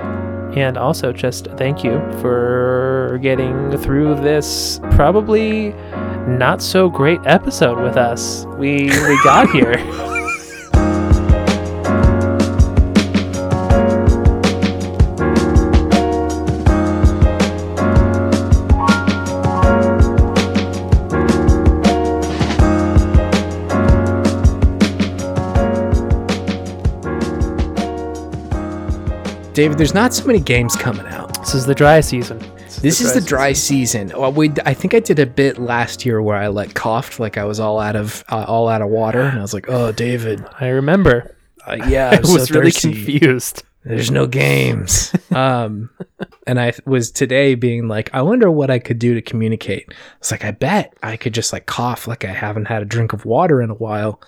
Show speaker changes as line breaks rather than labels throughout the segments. And also, just thank you for getting through this probably not so great episode with us. We we got here.
David, there's not so many games coming out.
This is the dry season.
This is the dry season. Well, we, I think I did a bit last year where I like coughed, like I was all out of uh, all out of water, and I was like, "Oh, David,
season. I remember.
uh, yeah,
I
I'm
was
so
really
thirsty.
confused.
There's no games." um, and I was today being like, "I wonder what I could do to communicate." I was like, "I bet I could just like cough, like I haven't had a drink of water in a while."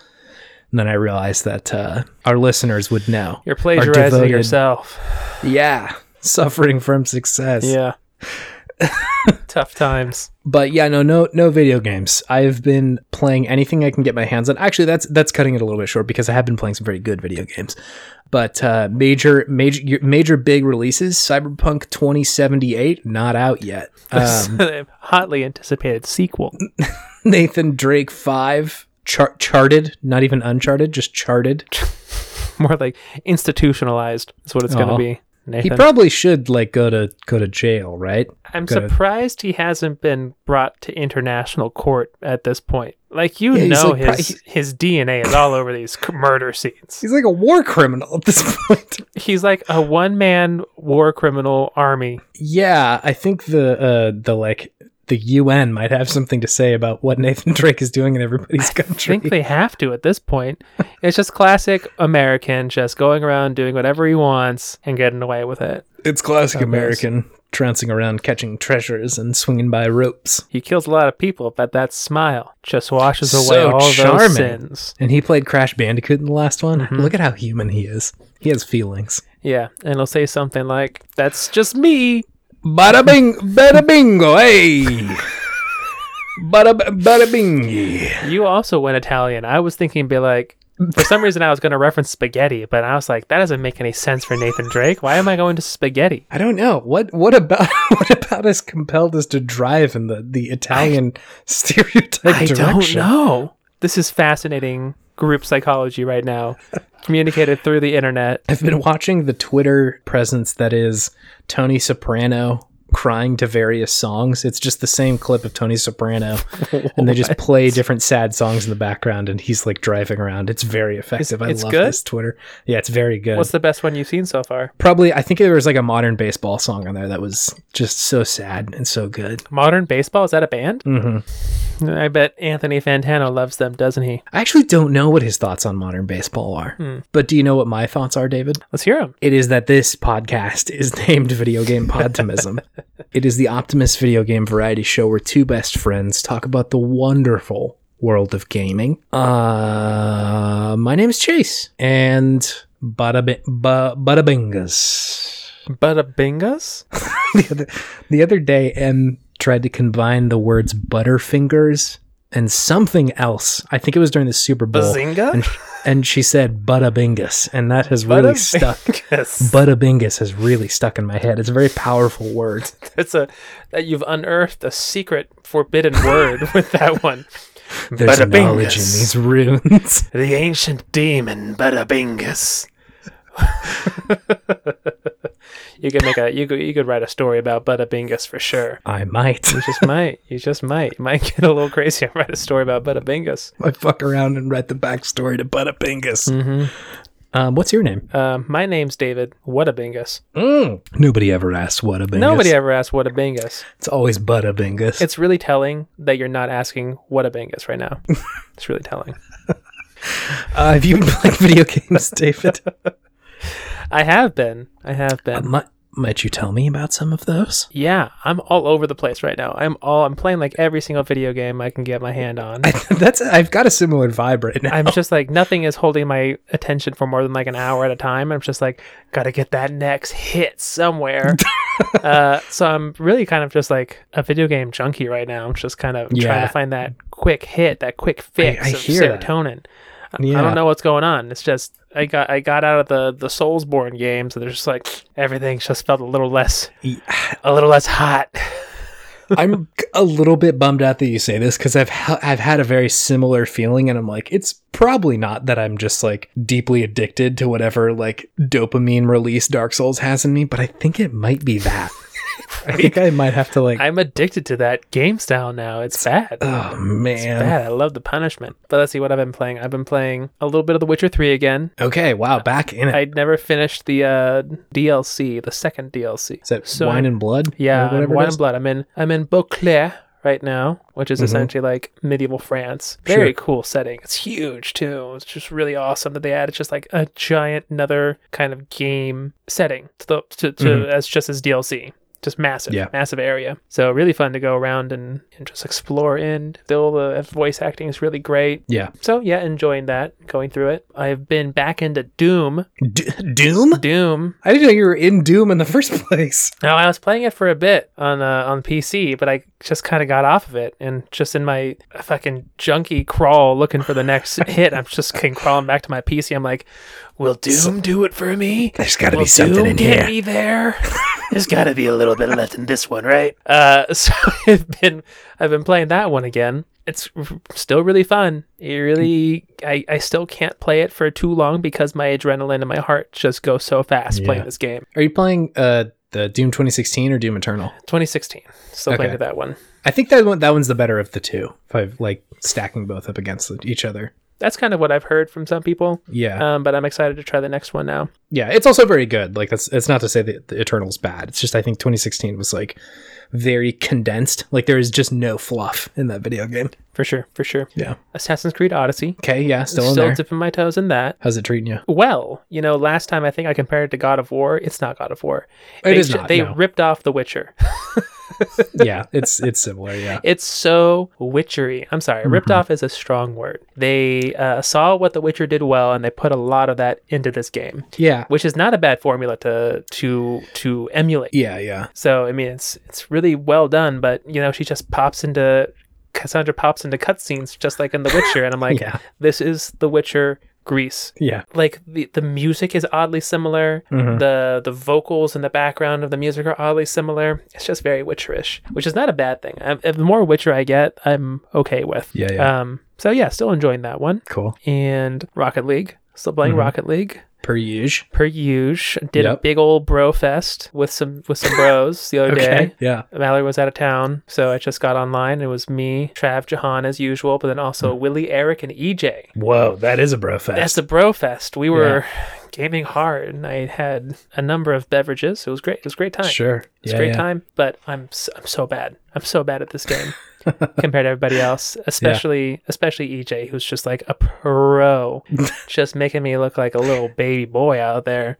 And then I realized that uh, our listeners would know.
You're
Our
plagiarizing
devoted-
yourself.
Yeah, suffering from success.
Yeah. Tough times.
but yeah, no, no, no video games. I've been playing anything I can get my hands on. Actually, that's that's cutting it a little bit short because I have been playing some very good video games. But uh, major, major, major, big releases. Cyberpunk 2078 not out yet. Um,
Hotly anticipated sequel.
Nathan Drake Five char- charted, not even uncharted, just charted.
More like institutionalized is what it's going
Aw.
to be.
He
Nathan.
probably should like go to go to jail, right?
I'm
Good.
surprised he hasn't been brought to international court at this point. Like you
Yeah, he's
know,
like pro-
his his DNA is all over these c- murder scenes.
He's like a war criminal at this point.
He's like a one man war criminal army.
Yeah, I think the uh, the like the UN might have something to say about what Nathan Drake is doing in everybody's
I
country.
think they have to at this point. It's just classic American, just going around doing whatever he wants and getting away with it.
it's classic
Oh, yes.
American trouncing around, catching treasures, and swinging by ropes.
He kills a lot of people, but that smile just washes away
So
all
charming.
those sins.
And he played Crash Bandicoot in the last one.
Mm-hmm.
Look at how human he is. He has feelings.
Yeah, and he'll say something like, "That's just me."
Bada bing, bada bingo, hey. bada bada bing.
You also went Italian. I was thinking, be like, for some reason, I was going to reference spaghetti, but I was like, that doesn't make any sense for Nathan Drake. Why am I going to spaghetti?
I don't know what what about what about us compelled us to drive in the the Italian stereotype direction.
know. This is fascinating group psychology right now, communicated through the internet.
I've been watching the Twitter presence that is Tony Soprano crying to various songs. It's just the same clip of Tony Soprano, and they just play different sad songs in the background, and he's like driving around. It's very effective. I
it's
love
good?
this Twitter. Yeah, it's very good.
What's the best one you've seen so far?
Probably, I think there was like a modern baseball song on there that was just so sad and so good.
Modern Baseball? Is that a band?
hmm
I bet Anthony Fantano loves them, doesn't he?
I actually don't know what his thoughts on modern baseball are,
Hmm.
but do you know what my thoughts are, David?
Let's hear him.
it is that this podcast is named Video Game Podtimism. it is the optimist video game variety show where two best friends talk about the wonderful world of gaming. Uh, my name is Chase, and bada bi- ba- bada bingas.
Bada bingas?
the, other, the other day, M tried to combine the words butterfingers and something else. I think it was during the Super Bowl.
Bazinga?
And, and she said bada bingas, and that has really stuck.
Yes.
Buttabingus has really stuck in my head. It's a very powerful word.
It's a that you've unearthed a secret forbidden word with that one.
There's
Buttabingus.
knowledge in these runes.
The ancient demon Badabingus. you could make a you could you could write a story about Badabingus for sure.
I might.
You just might. You just might. You might get a little crazy and write a story about Badabingus.
I fuck around and write the backstory to Buttabingus. Um, what's your name?
Uh, my name's David Whatabingus.
Mm. Nobody ever asks what a bingus.
Nobody ever asked Whatabingus.
It's always Buttabingus.
It's really telling that you're not asking Whatabingus right now. it's really telling.
uh, have you been playing video games, David? Uh,
I have been. I have been.
might, might you tell me about some of those?
Yeah, I'm all over the place right now. I'm all I'm playing like every single video game I can get my hand on.
I, that's I've got a similar vibe right now.
I'm just like nothing is holding my attention for more than like an hour at a time. I'm just like gotta get that next hit somewhere. uh, so I'm really kind of just like a video game junkie right now. I'm just kind of
Yeah.
trying to find that quick hit, that quick fix
I
of
hear that.
serotonin. I
Yeah.
don't know what's going on. It's just I got I got out of the the Soulsborne game, so they're just like everything's just felt a little less
Yeah.
a little less hot.
I'm a little bit bummed out that you say this because I've ha- I've had a very similar feeling, and I'm like, it's probably not that I'm just like deeply addicted to whatever like dopamine release Dark Souls has in me, but I think it might be that. I think I might have to like.
I'm addicted to that game style now. It's bad.
oh
It's
man.
bad. I love the punishment. But let's see what I've been playing. I've been playing a little bit of The Witcher 3 again.
Okay. Wow. Back in it.
I'd never finished the uh, DLC, the second DLC.
Is that
So-
wine and blood?
Yeah,
Or whatever it
Wine
is?
and Blood. I'm in I'm in Beauclair right now, which is
Mhm.
essentially like medieval France. Very
Sure.
cool setting. It's huge too. It's just really awesome that they added just like a giant another kind of game setting to the to, to
Mhm.
as just as DLC. Just massive,
Yeah.
massive area. So really fun to go around and, and just explore in. Still, the voice acting is really great.
Yeah.
So yeah, enjoying that, going through it. I've been back into Doom.
D- Doom.
Doom.
I didn't know you were in Doom in the first place.
No, I was playing it for a bit on uh, on PC, but I just kind of got off of it and just in my fucking junkie crawl looking for the next hit. I'm just kind of crawling back to my PC. I'm like, will Doom do it for me?
There's got to
Will
be something
Doom
in
get
here.
me there? There's got to be a little bit left in this one, right? Uh, so I've been I've been playing that one again. It's r- still really fun. It really, I, I still can't play it for too long because my adrenaline and my heart just go so fast
Yeah.
playing this game.
Are you playing uh the Doom 2016 or Doom Eternal?
2016, still playing
Okay.
that one.
I think that one that one's the better of the two. If I like stacking both up against each other.
that's kind of what I've heard from some people.
Yeah,
Um, but I'm excited to try the next one now.
yeah. It's also very good. Like that's it's not to say that the Eternal's bad. It's just I think 2016 was like very condensed. Like there is just no fluff in that video game.
For sure, for sure.
Yeah.
Assassin's Creed Odyssey.
Okay. Yeah. Still in
Still
there.
dipping my toes in that.
How's it treating you?
Well, you know, last time I think I compared it to God of War. It's not God of War.
It
they
is
ju-
not,
they
no.
ripped off The Witcher.
yeah. It's it's similar. Yeah.
It's so witchery. I'm sorry, ripped
Mm-hmm.
off is a strong word. They uh, saw what The Witcher did well, and they put a lot of that into this game,
Yeah.
which is not a bad formula to to to emulate.
Yeah. Yeah.
So I mean, it's it's really well done, but you know, she just pops into Cassandra pops into cutscenes just like in The Witcher, and I'm like,
Yeah.
this is The Witcher Greece.
Yeah.
Like the the music is oddly similar.
Mhm.
The the vocals in the background of the music are oddly similar. It's just very Witcherish, which is not a bad thing. I, the more Witcher I get, I'm okay with.
Yeah. Yeah.
Um. So yeah, still enjoying that one.
cool.
And Rocket League, still playing
Mhm.
Rocket League
Per usual.
per usual. Did a
Yep.
big old bro fest with some with some bros the other day.
Yeah.
Mallory was out of town, so I just got online. It was me, Trav, Jahan as usual, but then also Willie, Eric, and EJ.
Whoa. That is a bro fest.
That's the bro fest. We were gaming hard, and I had a number of beverages. It was great. It was a great time.
sure.
It was
Yeah,
a great
yeah.
time, but I'm s- I'm so bad. I'm so bad at this game compared to everybody else, especially especially EJ, who's just like a pro, just making me look like a little baby boy out there.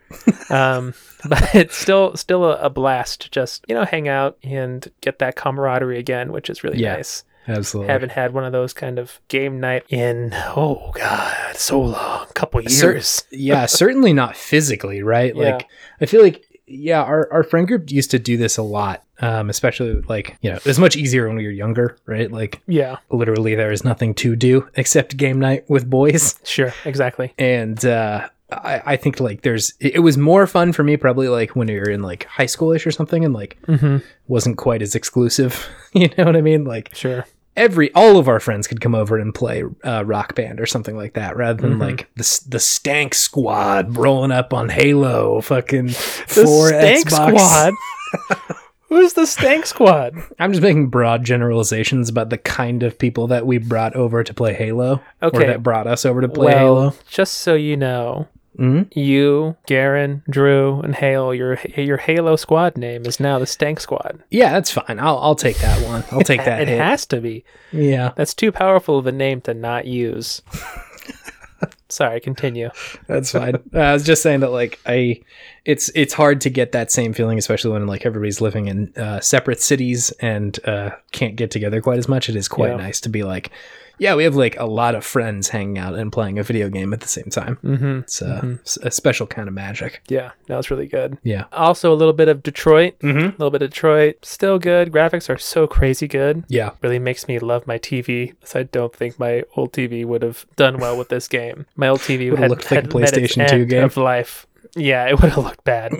Um, but it's still still a, a blast to just you know hang out and get that camaraderie again, which is really
Yeah.
nice.
Absolutely.
Haven't had one of those kind of game night in oh god, so long, couple
Cer-
years.
yeah, certainly not physically, right?
Yeah.
Like I feel like yeah, our, our friend group used to do this a lot. Um, especially like, you know, it was much easier when we were younger, right? Like
yeah,
literally there was nothing to do except game night with boys
sure, exactly.
and uh I, I think like there's it it was more fun for me probably like when you're in like high schoolish or something and like
Mm-hmm.
wasn't quite as exclusive you know what i mean like
Sure.
every all of our friends could come over and play uh, rock band or something like that rather than
Mhm.
like the s- the stank squad rolling up on halo fucking
The
four
Stank
Xbox.
Squad. Who's the Stank Squad?
i'm just making broad generalizations about the kind of people that we brought over to play halo or
Okay.
that brought us over to play
well,
halo
just so you know,
Mhm.
you, Garen, Drew, and Hale, your your Halo squad name is now the Stank Squad.
yeah that's fine i'll i'll take that one i'll take that
it
hit.
has to be.
yeah
That's too powerful of a name to not use. Sorry, continue.
That's fine. I was just saying that like I it's it's hard to get that same feeling, especially when like everybody's living in uh, separate cities and uh, can't get together quite as much. It is quite
Yeah.
nice to be like, yeah, we have like a lot of friends hanging out and playing a video game at the same time.
Mm-hmm.
It's uh, s- a special kind of magic.
Yeah, no, it's really good.
Yeah.
Also, a little bit of Detroit.
Mm-hmm.
A little bit of Detroit. Still good. Graphics are so crazy good.
Yeah.
Really makes me love my TV. 'cause I don't think my old TV would have done well with this game. My old TV
Would've
had
looked like a
had met its
PlayStation 2
end
game.
of life. Yeah, it would have looked bad.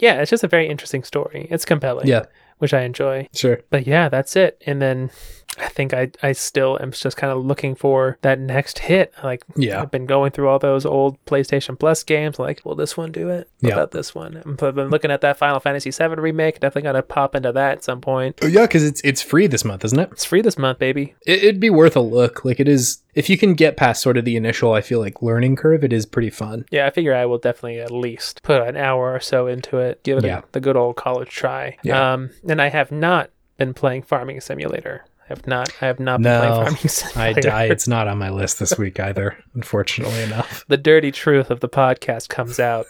yeah, it's just a very interesting story. It's compelling.
Yeah.
which I enjoy.
Sure.
But yeah, that's it. And then I think I I still am just kind of looking for that next hit. Like
Yeah.
I've been going through all those old PlayStation Plus games. Like, will this one do it? What
Yeah.
about this one? I've been looking at that Final Fantasy VII remake. Definitely gonna pop into that at some point.
Oh, yeah, because it's it's free this month, isn't it?
It's free this month, baby.
it? It'd be worth a look. Like it is, if you can get past sort of the initial, I feel like learning curve, it is pretty fun.
Yeah, I figure I will definitely at least put an hour or so into it. Give it
Yeah.
a, the good old college try.
Yeah.
Um, and I have not been playing Farming Simulator. I have not. I have not been
No,
playing Farming
I
Simulator.
die. It's not on my list this week either, unfortunately enough.
The dirty truth of the podcast comes out.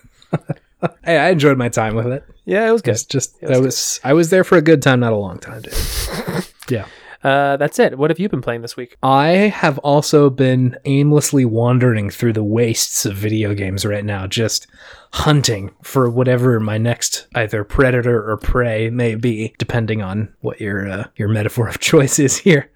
Hey, I enjoyed my time with it.
Yeah, it was good.
It's just
It was
I was I was there for a good time, not a long time, dude. yeah.
Uh, that's it. What have you been playing this week?
I have also been aimlessly wandering through the wastes of video games right now, just hunting for whatever my next either predator or prey may be, depending on what your uh, your metaphor of choice is here.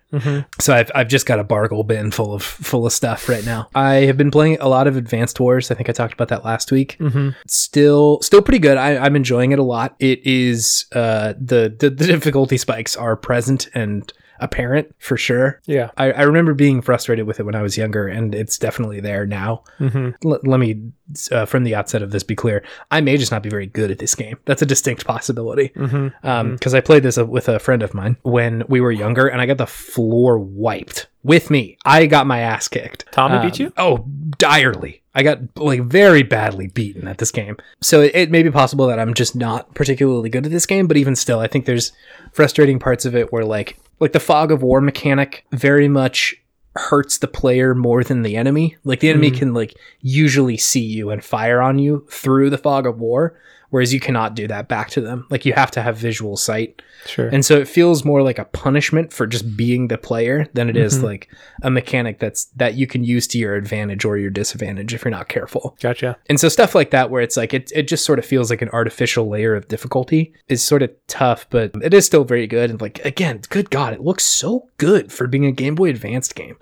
So I've I've just got a bargle bin full of full of stuff right now. I have been playing a lot of Advanced Wars. I think I talked about that last week.
Mm-hmm.
still still pretty good I, i'm enjoying it a lot it is uh the, the the difficulty spikes are present and apparent for sure
Yeah.
I, I remember being frustrated with it when i was younger and it's definitely there now
Mm-hmm.
L- let me uh, from the outset of this be clear i may just not be very good at this game that's a distinct possibility
Mm-hmm.
um because i played this uh, with a friend of mine when we were younger and i got the floor wiped with me i got my ass kicked
Tommy
um,
beat you?
oh direly i got like very badly beaten at this game so it, it may be possible that i'm just not particularly good at this game but even still i think there's frustrating parts of it where like like the fog of war mechanic very much hurts the player more than the enemy like the enemy
Mhm.
can like usually see you and fire on you through the fog of war whereas you cannot do that back to them like you have to have visual sight
Sure.
and so it feels more like a punishment for just being the player than it is
Mhm.
like a mechanic that's that you can use to your advantage or your disadvantage if you're not careful.
gotcha.
And so stuff like that where it's like it it just sort of feels like an artificial layer of difficulty is sort of tough, but it is still very good. And like again, good God, it looks so good for being a Game Boy Advanced game.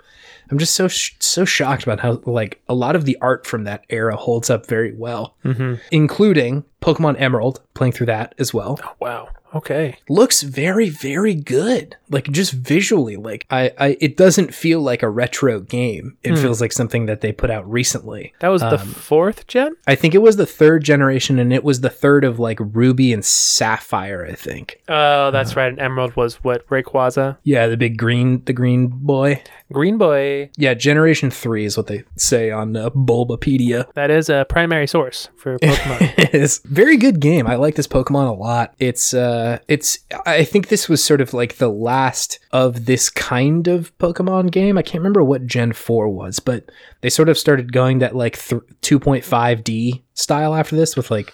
I'm just so sh- so shocked about how like a lot of the art from that era holds up very well,
Mm-hmm.
including Pokemon Emerald, playing through that as well
Wow. Okay.
looks very very good like just visually like i, I it doesn't feel like a retro game it
Hmm.
feels like something that they put out recently
That was the
Um,
fourth gen.
i think it was the third generation and it was the third of like ruby and sapphire i think
Oh, that's right. And Emerald was what Rayquaza.
yeah the big green the green boy
Green Boy.
yeah generation 3 is what they say on uh, bulbapedia
That is a primary source for Pokemon.
is very good game. I like this Pokemon a lot. It's uh it's I think this was sort of like the last of this kind of Pokemon game. I can't remember what Gen 4 was, but they sort of started going that like th- 2.5D style after this with like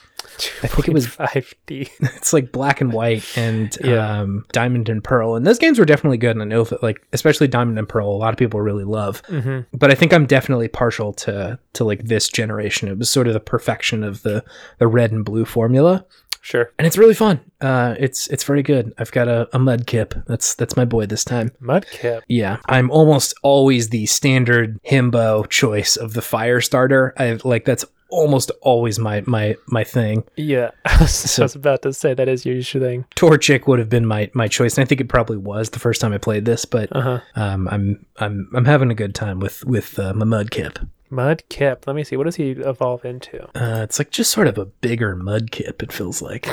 I think it was-
5D.
it's like black and white and
Yeah.
um Diamond and Pearl. And those games were definitely good and I know that like especially Diamond and Pearl a lot of people really love
hmm
but I think I'm definitely partial to to like this generation. It was sort of the perfection of the the red and blue formula,
Sure.
and it's really fun. Uh, it's it's very good. I've got a, a mudkip. That's that's my boy this time.
Mudkip.
Yeah, I'm almost always the standard himbo choice of the fire starter. I like that's almost always my my my thing.
Yeah. I was,
So-
I was about to say that is your usual thing.
Torchic would have been my my choice, and I think it probably was the first time I played this. But
Uh huh.
um, I'm I'm I'm having a good time with with uh, my mudkip.
Mudkip. Let me see. What does he evolve into?
Uh, it's like just sort of a bigger mudkip. It feels like.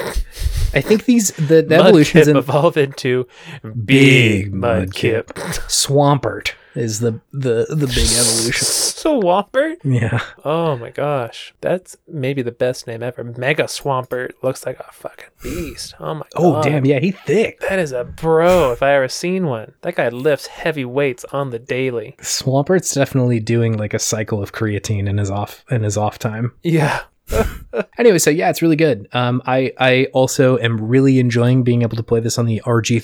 I think these the, the evolutions
Mudkip
in
evolve into
Big
big Mudkip.
Swampert is the the the big evolution.
Swampert.
Yeah,
Oh my gosh, that's maybe the best name ever. Mega Swampert looks like a fucking beast. Oh my.
Oh
God.
damn, yeah, he thick.
That is a bro if I ever seen one. That guy lifts heavy weights on the daily.
Swampert's definitely doing like a cycle of creatine in his off in his off time.
Yeah.
anyway, so yeah, it's really good. Um, I I also am really enjoying being able to play this on the RG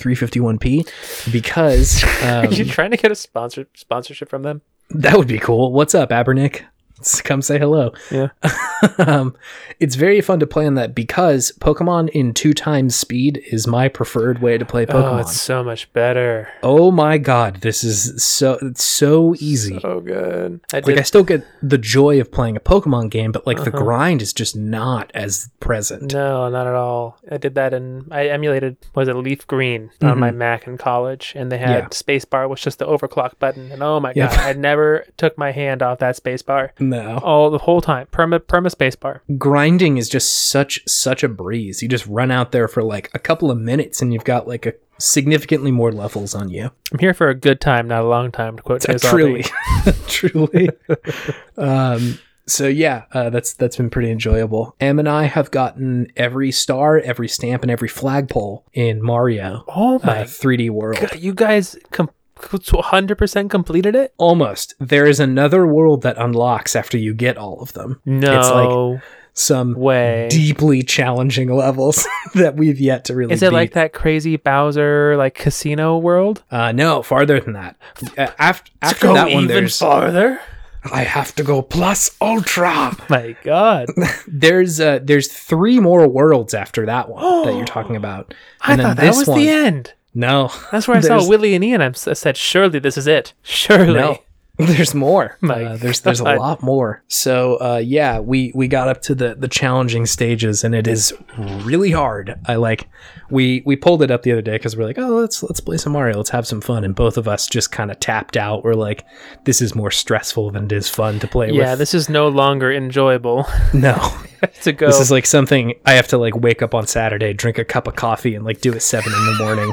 351P because
Are you
um,
trying to get a sponsor sponsorship from them?
that would be cool. What's up, Abernick? Let's Come say hello.
Yeah.
um, it's very fun to play on that because Pokemon in two times speed is my preferred way to play
Oh,
Pokemon.
it's so much better.
Oh, my god, this is so it's so easy.
So good. I
like
did.
I still get the joy of playing a Pokemon game, but like the
Uh-huh.
grind is just not as present.
no, not at all. I did that in. I emulated what was it Leaf Green on my Mac in college, and they had
Mm-hmm. Yeah.
spacebar was just the overclock button, and oh my
Yep.
god, I never took my hand off that spacebar
No.
all the whole time. Perma perma spacebar.
Grinding is just such such a breeze. You just run out there for like a couple of minutes and you've got like a significantly more levels on you.
I'm here for a good time, not a long time. To quote Jay Zolby.
truly. truly. um so yeah, uh, that's that's been pretty enjoyable. Em and I have gotten every star, every stamp, and every flagpole in Mario
Oh
uh,
my
3D World.
god, you guys com- 100% completed it?
Almost. There is another world that unlocks after you get all of them.
No
It's like some
way.
deeply challenging levels that we've yet to really
Is it
beat.
like that crazy Bowser like casino world?
uh, no, farther than that. After, after that one, there's
farther.
I have to go plus ultra.
My god.
there's uh, there's three more worlds after that one that you're talking about.
I thought that was the end.
No,
That's where I saw
There's-
Willie and Ian. I'm, s- I said, surely this is it. Surely.
no. There's more.
Oh My
Uh, there's there's a
God.
lot more. So uh, yeah, we we got up to the the challenging stages, and it is really hard. I like we we pulled it up the other day because we're like, oh, let's let's play some Mario, let's have some fun, and both of us just kind of tapped out. We're like, this is more stressful than it is fun to play
Yeah,
with.
this is no longer enjoyable
no,
to go.
this is like something I have to like wake up on Saturday, drink a cup of coffee, and like do at seven in the morning.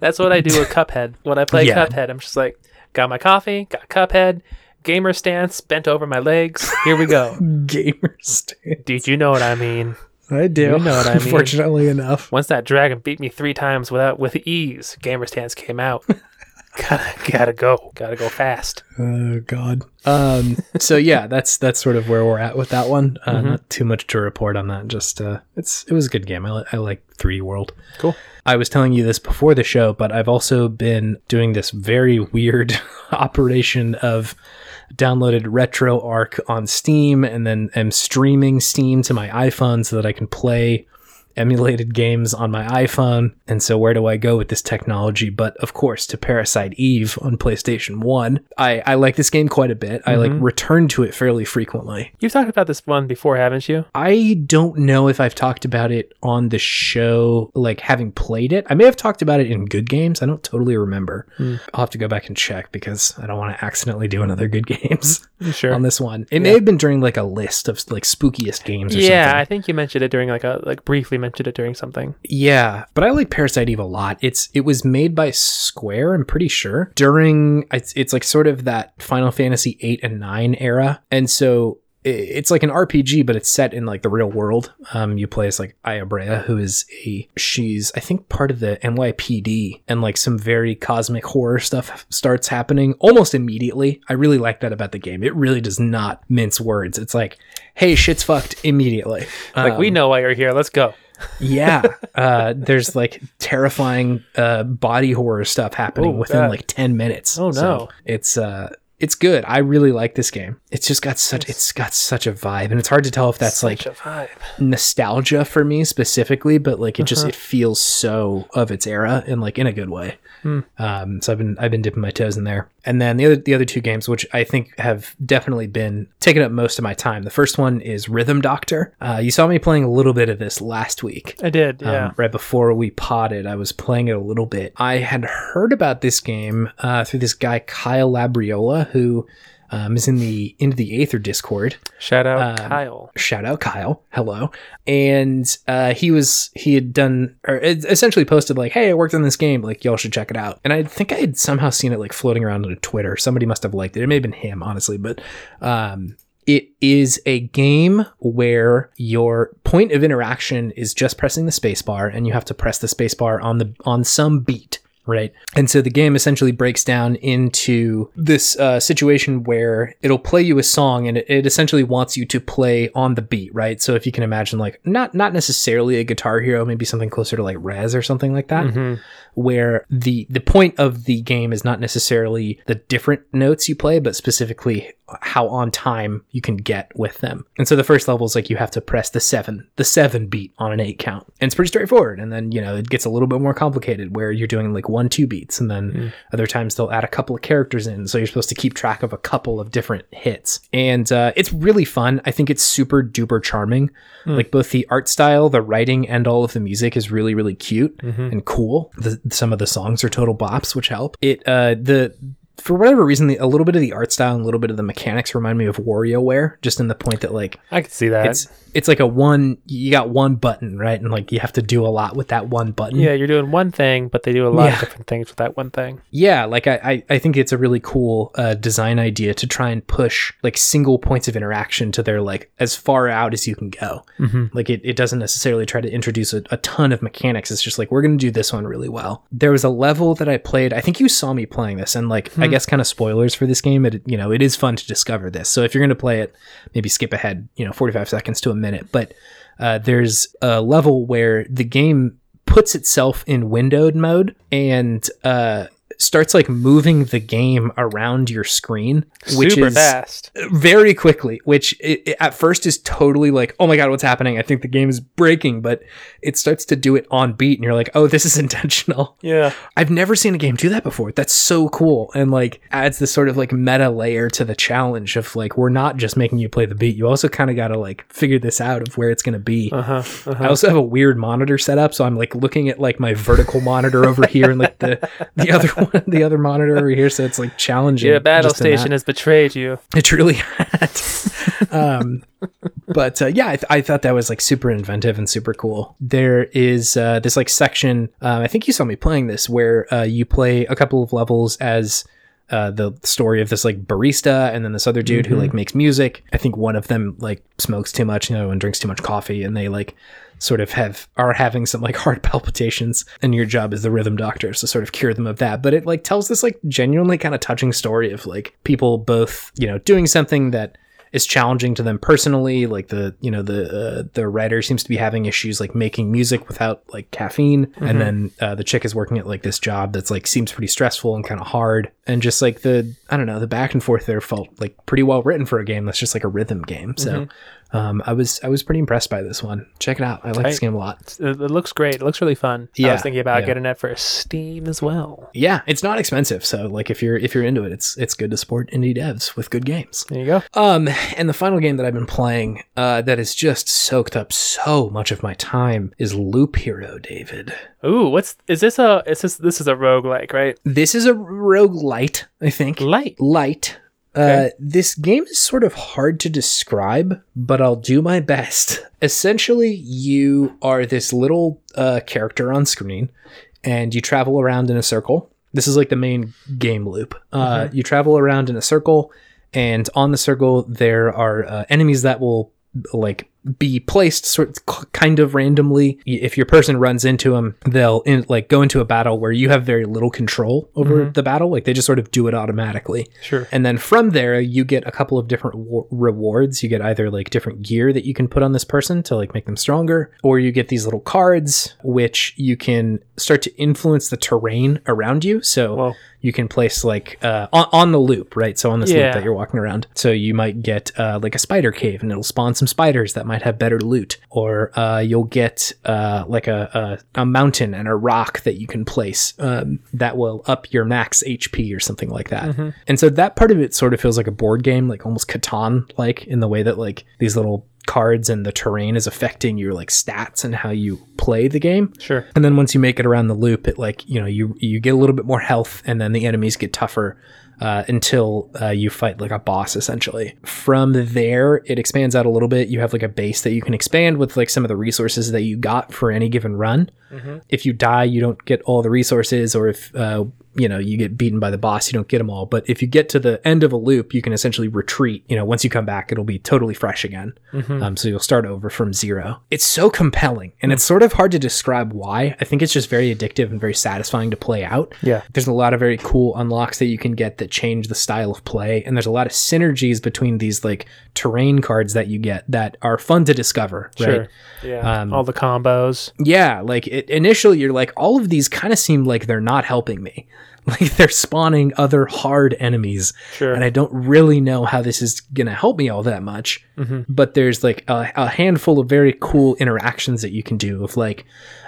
That's what I do with Cuphead. When I play
Yeah.
Cuphead, I'm just like, got my coffee, got Cuphead, gamer stance, bent over my legs. Here we go.
Gamer stand.
Dude, you know what I mean.
I do.
You know what I mean.
Fortunately enough.
Once that dragon beat me three times without with ease, gamer stance came out. gotta gotta go. Gotta go fast.
Oh God. Um. So yeah, that's that's sort of where we're at with that one. Uh, Not too much to report on that. Just uh, it's it was a good game. I, li- I like 3D World.
Cool.
I was telling you this before the show, but I've also been doing this very weird operation of downloaded RetroArch on Steam and then am streaming Steam to my iPhone so that I can play emulated games on my iPhone. And so, where do I go with this technology? But of course, to Parasite Eve on PlayStation 1. I, I like this game quite a bit. I
Mm-hmm.
like return to it fairly frequently.
You've talked about this one before, haven't you?
I don't know if I've talked about it on the show, like having played it. I may have talked about it in Good Games. I don't totally remember.
Hmm.
I'll have to go back and check because I don't want to accidentally do another Good Games
Sure.
on this one. It may have been during like a list of like spookiest games or
yeah,
something.
I think you mentioned it during like a like briefly mentioned it during something.
Yeah, but I like Parasite Eve a lot. It's it was made by Square, I'm pretty sure. During it's it's like sort of that Final Fantasy 8 and 9 era. And so i- it's like an RPG, but it's set in like the real world. Um, you play as like Aya Brea, who is a she's I think part of the NYPD, and like some very cosmic horror stuff starts happening almost immediately. I really like that about the game. It really does not mince words. It's like, hey, shit's fucked immediately. Um,
Like we know why you're here. Let's go.
Yeah. Uh, there's like terrifying uh, body horror stuff happening
Oh,
within
God.
like 10 minutes.
Oh, no.
it's uh it's good. I really like this game. It's just got such it's got such a vibe and it's hard to tell if that's like
Such a Uh-huh. vibe.
nostalgia for me specifically, but like it just it feels so of its era and like in a good way.
Hmm.
Um, so I've been I've been dipping my toes in there, and then the other the other two games, which I think have definitely been taking up most of my time. The first one is Rhythm Doctor. Uh, you saw me playing a little bit of this last week.
I did,
Um,
yeah.
right before we potted, I was playing it a little bit. I had heard about this game uh, through this guy Kyle Labriola, who um, is in the into the Aether Discord
Shout out
um,
Kyle.
shout out Kyle, hello. And uh, he was he had done or it essentially posted like, hey, I worked on this game, like y'all should check it out. And I think I had somehow seen it like floating around on Twitter. Somebody must have liked it. It may have been him, honestly, but um. It is a game where your point of interaction is just pressing the spacebar, and you have to press the spacebar on the on some beat Right. And so the game essentially breaks down into this uh, situation where it'll play you a song and it, it essentially wants you to play on the beat, right? So if you can imagine, like, not not necessarily a Guitar Hero, maybe something closer to like Raz or something like that,
Mm-hmm,
where the the point of the game is not necessarily the different notes you play, but specifically how on time you can get with them. And so the first level is like you have to press the seven, the seven beat on an eight count. And it's pretty straightforward. And then, you know, it gets a little bit more complicated where you're doing like one, two beats. And then other times they'll add a couple of characters in. So you're supposed to keep track of a couple of different hits. And uh, it's really fun. I think it's super duper charming. Like both the art style, the writing, and all of the music is really, really cute
mm-hmm. Hmm.
and cool. The, some of the songs are total bops, which help. It, uh, the, for whatever reason, the, a little bit of the art style and a little bit of the mechanics remind me of WarioWare, just in the point that like
I could see that.
it's it's like a one you got one button right, and like you have to do a lot with that one button.
yeah, you're doing one thing, but they do a lot
Yeah.
of different things with that one thing.
yeah. Like I I, I think it's a really cool uh, design idea to try and push like single points of interaction to their like as far out as you can go.
Mm-hmm.
Like it, it doesn't necessarily try to introduce a, a ton of mechanics. It's just like we're gonna do this one really well. There was a level that I played. I think you saw me playing this, and like
Hmm.
I guess kind of spoilers for this game. It you know it is fun to discover this. So if you're gonna play it, maybe skip ahead you know 45 seconds to a minute. But uh, there's a level where the game puts itself in windowed mode and uh, starts like moving the game around your screen, which
Super
is
fast.
very quickly, which it, it at first is totally like, oh my god, what's happening? I think the game is breaking, but it starts to do it on beat, and you're like, oh, this is intentional.
Yeah.
I've never seen a game do that before. That's so cool, and like adds this sort of like meta layer to the challenge of like, we're not just making you play the beat. You also kind of got to like figure this out of where it's gonna be.
Uh-huh.
I
uh-huh.
also have a weird monitor setup, so I'm like looking at like my vertical monitor over here and like the the other one, the other monitor over here. So it's like challenging.
Your battle
just in that.
station has betrayed you.
It truly had. um, but uh, yeah, I, th- I thought that was like super inventive and super cool. There is uh, this like section. Um, I think you saw me playing this where uh, you play a couple of levels as. Uh, the story of this like barista and then this other dude who like makes music i think one of them like smokes too much you know and drinks too much coffee and they like sort of have are having some like heart palpitations and your job as the rhythm doctor is to sort of cure them of that but it like tells this like genuinely kind of touching story of like people both you know doing something that is challenging to them personally like the you know the uh, the writer seems to be having issues like making music without like caffeine and then uh, the chick is working at like this job that's like seems pretty stressful and kind of hard and just like the i don't know the back and forth there felt like pretty well written for a game that's just like a rhythm game so um, i was i was pretty impressed by this one check it out i like this
I-
game a lot
It, it looks great. It looks really fun. I
Yeah,
was thinking about
yeah.
getting that for Steam as well.
yeah it's not expensive so like if you're if you're into it it's it's good to support indie devs with good games
There you go.
Um, and the final game that I've been playing, uh, that has just soaked up so much of my time is Loop Hero, David.
Ooh, what's is this a is this this is a roguelike, right?
This is a rogue light, I think.
Light.
Light. Uh,
Okay.
this game is sort of hard to describe, but I'll do my best. Essentially, you are this little uh, character on screen, and you travel around in a circle. This is like the main game loop. Uh,
Mm-hmm.
You travel around in a circle, and on the circle there are uh, enemies that will like be placed sort kind of randomly. Y- If your person runs into them, they'll in, like go into a battle where you have very little control over the battle. Like they just sort of do it automatically.
Mm-hmm. Sure.
And then from there, you get a couple of different wa- rewards. You get either like different gear that you can put on this person to like make them stronger, or you get these little cards which you can start to influence the terrain around you. So
Whoa.
you can place like uh, on, on the loop, right? So on this
Yeah.
loop that you're walking around. So you might get uh, like a spider cave and it'll spawn some spiders that might have better loot. Or uh, you'll get uh, like a, a, a mountain and a rock that you can place um, that will up your max HP or something like that. And so that part of it sort of feels like a board game, like almost Catan like in the way that like these little cards and the terrain is affecting your like stats and how you play the game.
Sure.
And then once you make it around the loop, it like you know you you get a little bit more health, and then the enemies get tougher uh, until uh, you fight like a boss essentially. From there, it expands out a little bit. You have like a base that you can expand with like some of the resources that you got for any given run. If you die, you don't get all the resources, or if uh, you know, you get beaten by the boss, you don't get them all. But if you get to the end of a loop, you can essentially retreat. You know, once you come back, it'll be totally fresh again.
Mhm.
Um, so you'll start over from zero. It's so compelling, and it's sort of hard to describe why. I think it's just very addictive and very satisfying to play out.
Yeah.
There's a lot of very cool unlocks that you can get that change the style of play, and there's a lot of synergies between these like terrain cards that you get that are fun to discover.
Sure.
Right?
Yeah.
Um,
All the combos.
Yeah, like it, initially you're like, all of these kind of seem like they're not helping me. Like they're spawning other hard enemies
Sure.
and I don't really know how this is going to help me all that much.
Mhm.
But there's like a, a handful of very cool interactions that you can do of like,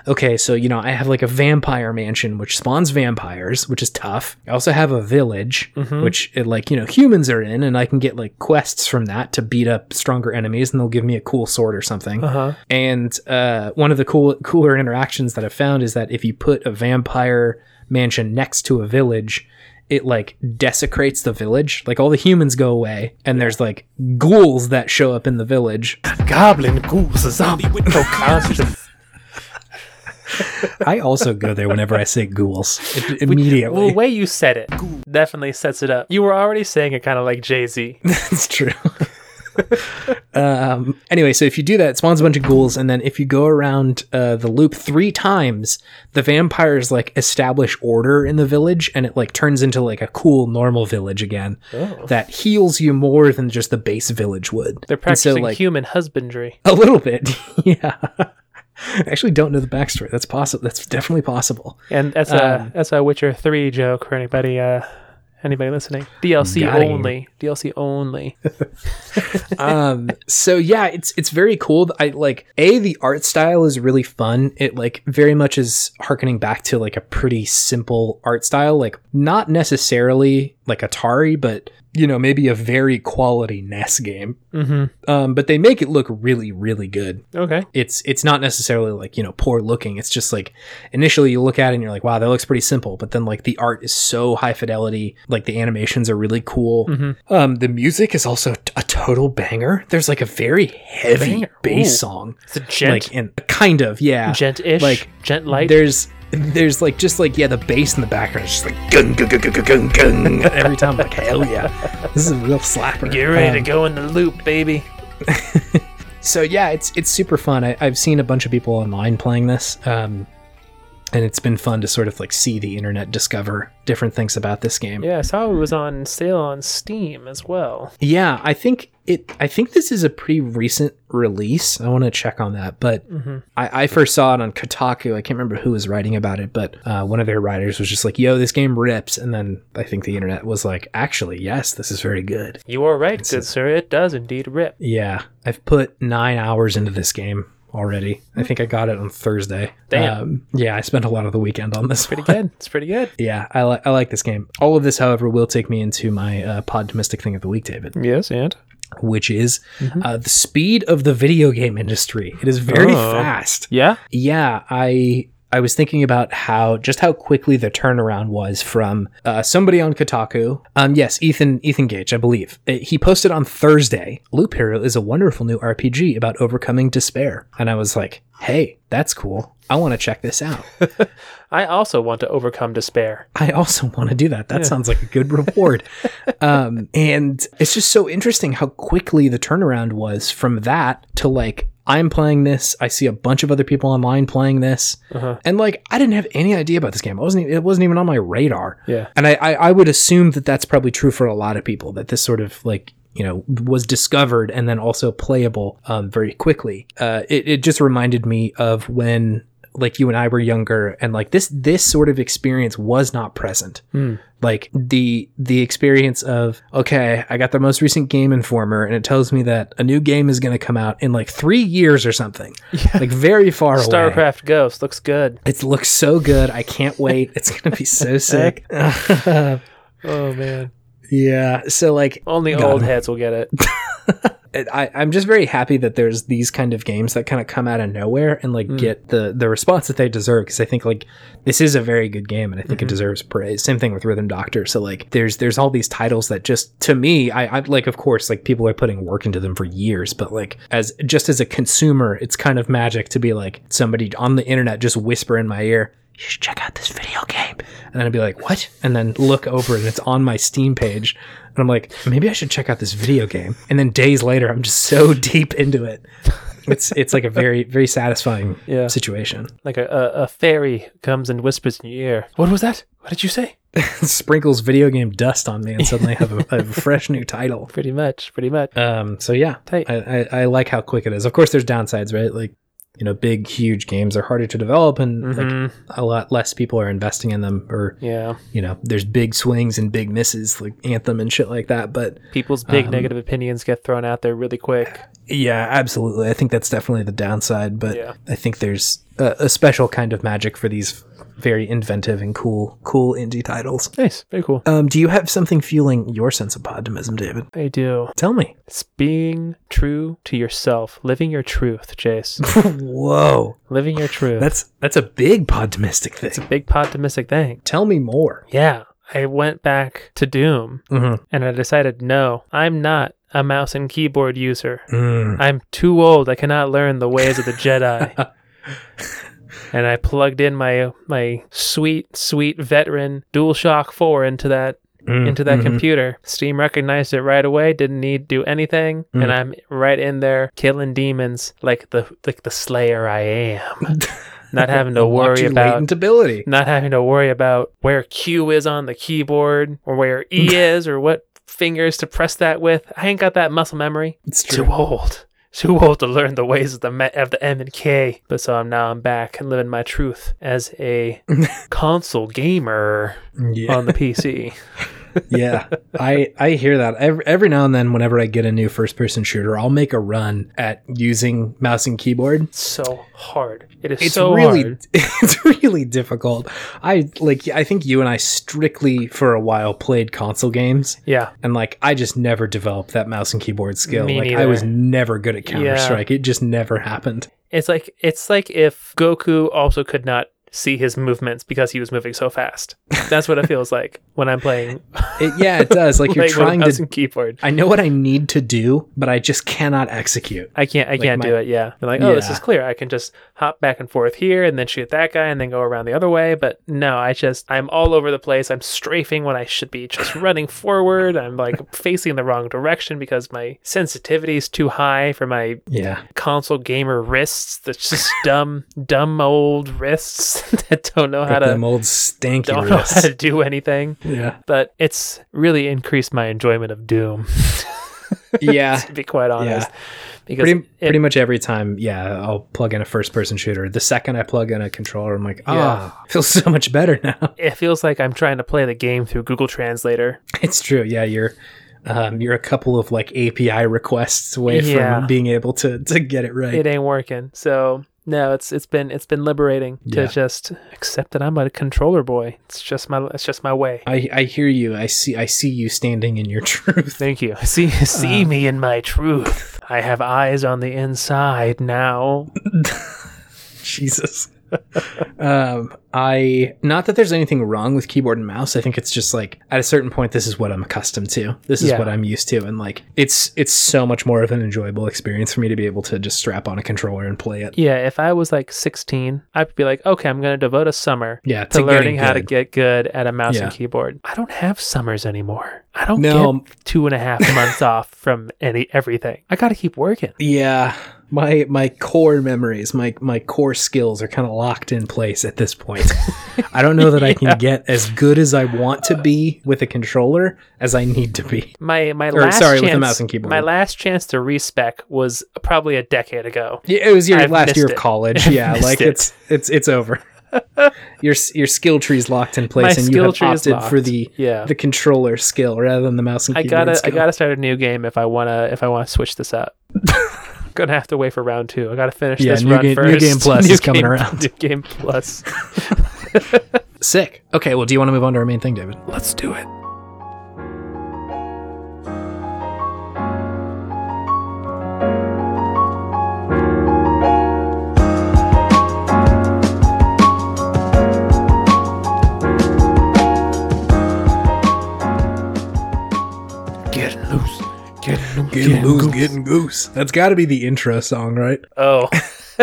okay, so you know, I have like a vampire mansion which spawns vampires, which is tough. I also have a village
Mm-hmm.
which it, like you know humans are in, and I can get like quests from that to beat up stronger enemies, and they'll give me a cool sword or something.
uh-huh.
And uh, one of the cool, cooler interactions that I've found is that if you put a vampire mansion next to a village, it like desecrates the village. Like all the humans go away, and there's like ghouls that show up in the village.
Goblin ghouls, a zombie with no conscience.
I also go there whenever I say ghouls It-
well, the
immediately.
way you said it definitely sets it up. You were already saying it kind of like Jay Z.
That's true. um, anyway, so if you do that, it spawns a bunch of ghouls, and then if you go around uh, the loop three times, the vampires like establish order in the village, and it like turns into like a cool normal village again that heals you more than just the base village would.
They're
And so,
practicing
like,
human husbandry.
a little bit, yeah. I actually don't know the backstory. That's possible. That's definitely possible.
And that's a that's a Witcher three joke for anybody uh anybody listening. DLC
Got him.
only. DLC only.
um so yeah it's it's very cool i like a the art style is really fun it like very much is harkening back to like a pretty simple art style like not necessarily like atari but you know maybe a very quality nes game
hmm
um but they make it look really really good
Okay.
it's it's not necessarily like you know poor looking it's just like initially you look at it and you're like wow that looks pretty simple but then like the art is so high fidelity like the animations are really cool
Mhm.
um the music is also t- a total banger there's like a very heavy
Banger?
bass
Ooh.
song
It's a gent
like and kind of yeah
gent ish.
like,
gent light.
there's there's like just like yeah the bass in the background is just like gung gung gung gung gung gung every time I'm like hell yeah this is a real slapper
Get ready
Um,
to go in the loop, baby.
so yeah, it's it's super fun. I, I've seen a bunch of people online playing this, um, and it's been fun to sort of like see the internet discover different things about this game.
Yeah, I saw it was on sale on Steam as well.
Yeah, I think it. I think this is a pretty recent release. I want to check on that, but I, I first saw it on Kotaku. I can't remember who was writing about it, but uh, one of their writers was just like, "Yo, this game rips," and then I think the internet was like, "Actually, yes, this is very good."
You are right, good sir. It does indeed rip.
Yeah, I've put nine hours into this game already. I think I got it on Thursday.
Hmm. Damn.
Um, yeah, I spent a lot of the weekend on this.
Pretty
one.
good. It's pretty good.
Yeah, I, li- I like this game. All of this, however, will take me into my uh, podtimistic thing of the week, David,
Yes, and
which is
Mm-hmm.
uh, the speed of the video game industry. It is very
Oh.
fast.
yeah,
Yeah, I I was thinking about how just how quickly the turnaround was from uh, somebody on Kotaku. Um, yes, Ethan Ethan Gage, I believe Uh, he posted on Thursday. Loop Hero is a wonderful new RPG about overcoming despair, and I was like, hey, that's cool. I want to check this out.
I also want to overcome despair.
I also want to do that. That sounds like a good reward. um, and it's just so interesting how quickly the turnaround was from that to like, I'm playing this. I see a bunch of other people online playing this.
Uh-huh.
And like, I didn't have any idea about this game. I wasn't, e- it wasn't even on my radar.
Yeah.
And I, I, I would assume that that's probably true for a lot of people that this sort of like, you know, was discovered and then also playable um, very quickly. Uh, it, it just reminded me of when like you and I were younger and like this this sort of experience was not present.
Hmm.
Like the the experience of okay, I got the most recent Game Informer and it tells me that a new game is going to come out in like 3 years or something. Like very far away.
Starcraft Ghost looks good.
It looks so good. I can't wait. It's going to be so sick.
Oh man,
yeah. So like
only
Got
old
him.
heads will get it.
it- I, I'm just very happy that there's these kind of games that kind of come out of nowhere and like get the the response that they deserve because I think like this is a very good game and I think it deserves praise. Same thing with Rhythm Doctor. So like there's there's all these titles that just to me I, I like of course like people are putting work into them for years, but like as just as a consumer, it's kind of magic to be like somebody on the internet just whisper in my ear. You should check out this video game. and I'd be like, "What?" and then look over and it's on my Steam page, and I'm like, "Maybe I should check out this video game." And then days later, I'm just so deep into it. It's it's like a very very satisfying
Yeah.
situation.
Like a, a, a fairy comes and whispers in your ear. What was that? What did you say?
Sprinkles video game dust on me, and suddenly I have a, I have a fresh new title.
Pretty much. Pretty much.
Um, so yeah, I,
Tight.
I, I like how quick it is. Of course, there's downsides, right? Like, you know, big, huge games are harder to develop, and like
Mhm.
a lot less people are investing in them. Or
yeah.
you know, there's big swings and big misses, like Anthem and shit like that. But
People's big
Um,
negative opinions get thrown out there really quick.
yeah, absolutely, I think that's definitely the downside. But
Yeah.
I think there's a, a special kind of magic for these very inventive and cool, cool indie titles.
Nice. Very cool.
Um, do you have something fueling your sense of podtimism, David?
I do.
Tell me.
It's being true to yourself, living your truth, Jace.
Whoa,
living your truth.
that's that's a big podtimistic thing.
It's a big optimistic thing.
Tell me more.
Yeah. I went back to Doom
Mm-hmm.
and I decided no, I'm not a mouse and keyboard user.
Mm.
I'm too old. I cannot learn the ways of the Jedi. and I plugged in my my sweet sweet veteran DualShock 4 into that
Mm,
into that computer. Steam recognized it right away. Didn't need to do anything, and I'm right in there killing demons like the like the Slayer I am. not having to worry about
latent ability.
not having to worry about where Q is on the keyboard or where E is or what fingers to press that with. I ain't got that muscle memory.
It's
Too old. Too old to learn the ways of the me- of the M and K. But so I'm now I'm back and living my truth as a console gamer
Yeah,
on the PC.
yeah. I I hear that every, every now and then. Whenever I get a new first person shooter, I'll make a run at using mouse and keyboard.
so hard. It is
It's
so
really
hard.
it's really difficult. I like I think you and I strictly for a while played console games.
Yeah.
And like I just never developed that mouse and keyboard skill.
Me
like I
neither.
was never good at Counter Strike. It just never happened.
It's like it's like if Goku also could not see his movements because he was moving so fast. That's what it feels like when I'm playing
It, yeah, it does. Like you're
playing with
trying
mouse
to
and keyboard.
I know what I need to do, but I just cannot execute.
I can't. I can't
my-
do it. Yeah. They're like, oh, this
Yeah.
is clear. I can just hop back and forth here, and then shoot that guy, and then go around the other way. But no, I just I'm all over the place. I'm strafing when I should be just running forward. I'm like facing the wrong direction because my sensitivity is too high for my
Yeah.
console gamer wrists. That's just dumb, dumb old wrists that don't know how
Got them
to
old stanky
uh, don't know how
wrists.
to do anything.
Yeah.
But it's really increased my enjoyment of Doom.
Yeah.
To be quite honest, because
pretty,
it-
pretty much every time, yeah, I'll plug in a first person shooter. The second I plug in a controller, I'm like,
Yeah.
ah, feels so much better now.
it feels like I'm trying to play the game through Google Translator.
It's true. Yeah, you're um, you're a couple of like API requests away
Yeah.
from being able to to get it right.
It ain't working. So no, it's it's been it's been liberating
Yeah.
to just accept that I'm a controller boy. It's just my it's just my way.
I, I hear you. I see I see you standing in your truth.
Thank you. See see
Uh.
me in my truth. I have eyes on the inside now.
Jesus. um, I not that there's anything wrong with keyboard and mouse. I think it's just like at a certain point, this is what I'm accustomed to. This is
Yeah.
what I'm used to, and like it's it's so much more of an enjoyable experience for me to be able to just strap on a controller and play it.
Yeah, if I was like 16, I'd be like, okay, I'm going to devote a summer
Yeah,
to, learning
getting
how to
good.
get good at a mouse
Yeah.
and keyboard. I don't have summers anymore. I don't
No.
get two and a half months off from any everything. I got to keep working.
Yeah, my my core memories, my my core skills are kind of locked in place at this point. I don't know that I can get as good as I want to be with a controller as I need to be.
My my
Or,
last
sorry, with
chance,
the mouse and keyboard.
My last chance to respec was probably a decade ago.
Yeah, it was your
I've
last year
missed it.
of college.
I've
yeah,
missed
like
it.
it's it's it's over. your s- your skill tree's locked in place,
My
and you
skill
have
tree is
opted for
locked.
the
Yeah.
the controller skill rather than the mouse and
I
keyboard
got to I
skill.
got to start a new game if I want to if I want to switch this up. Gonna have to wait for round two. I gotta finish
Yeah,
this
New
run
Game- New
first.
Game Plus is coming
Game-
around.
New Game Plus.
Sick. Okay, well, do you want to move on to our main thing, David?
Let's do it. Getting loose. Getting loose.
getting goose. That's got to be the intro song, right?
Oh.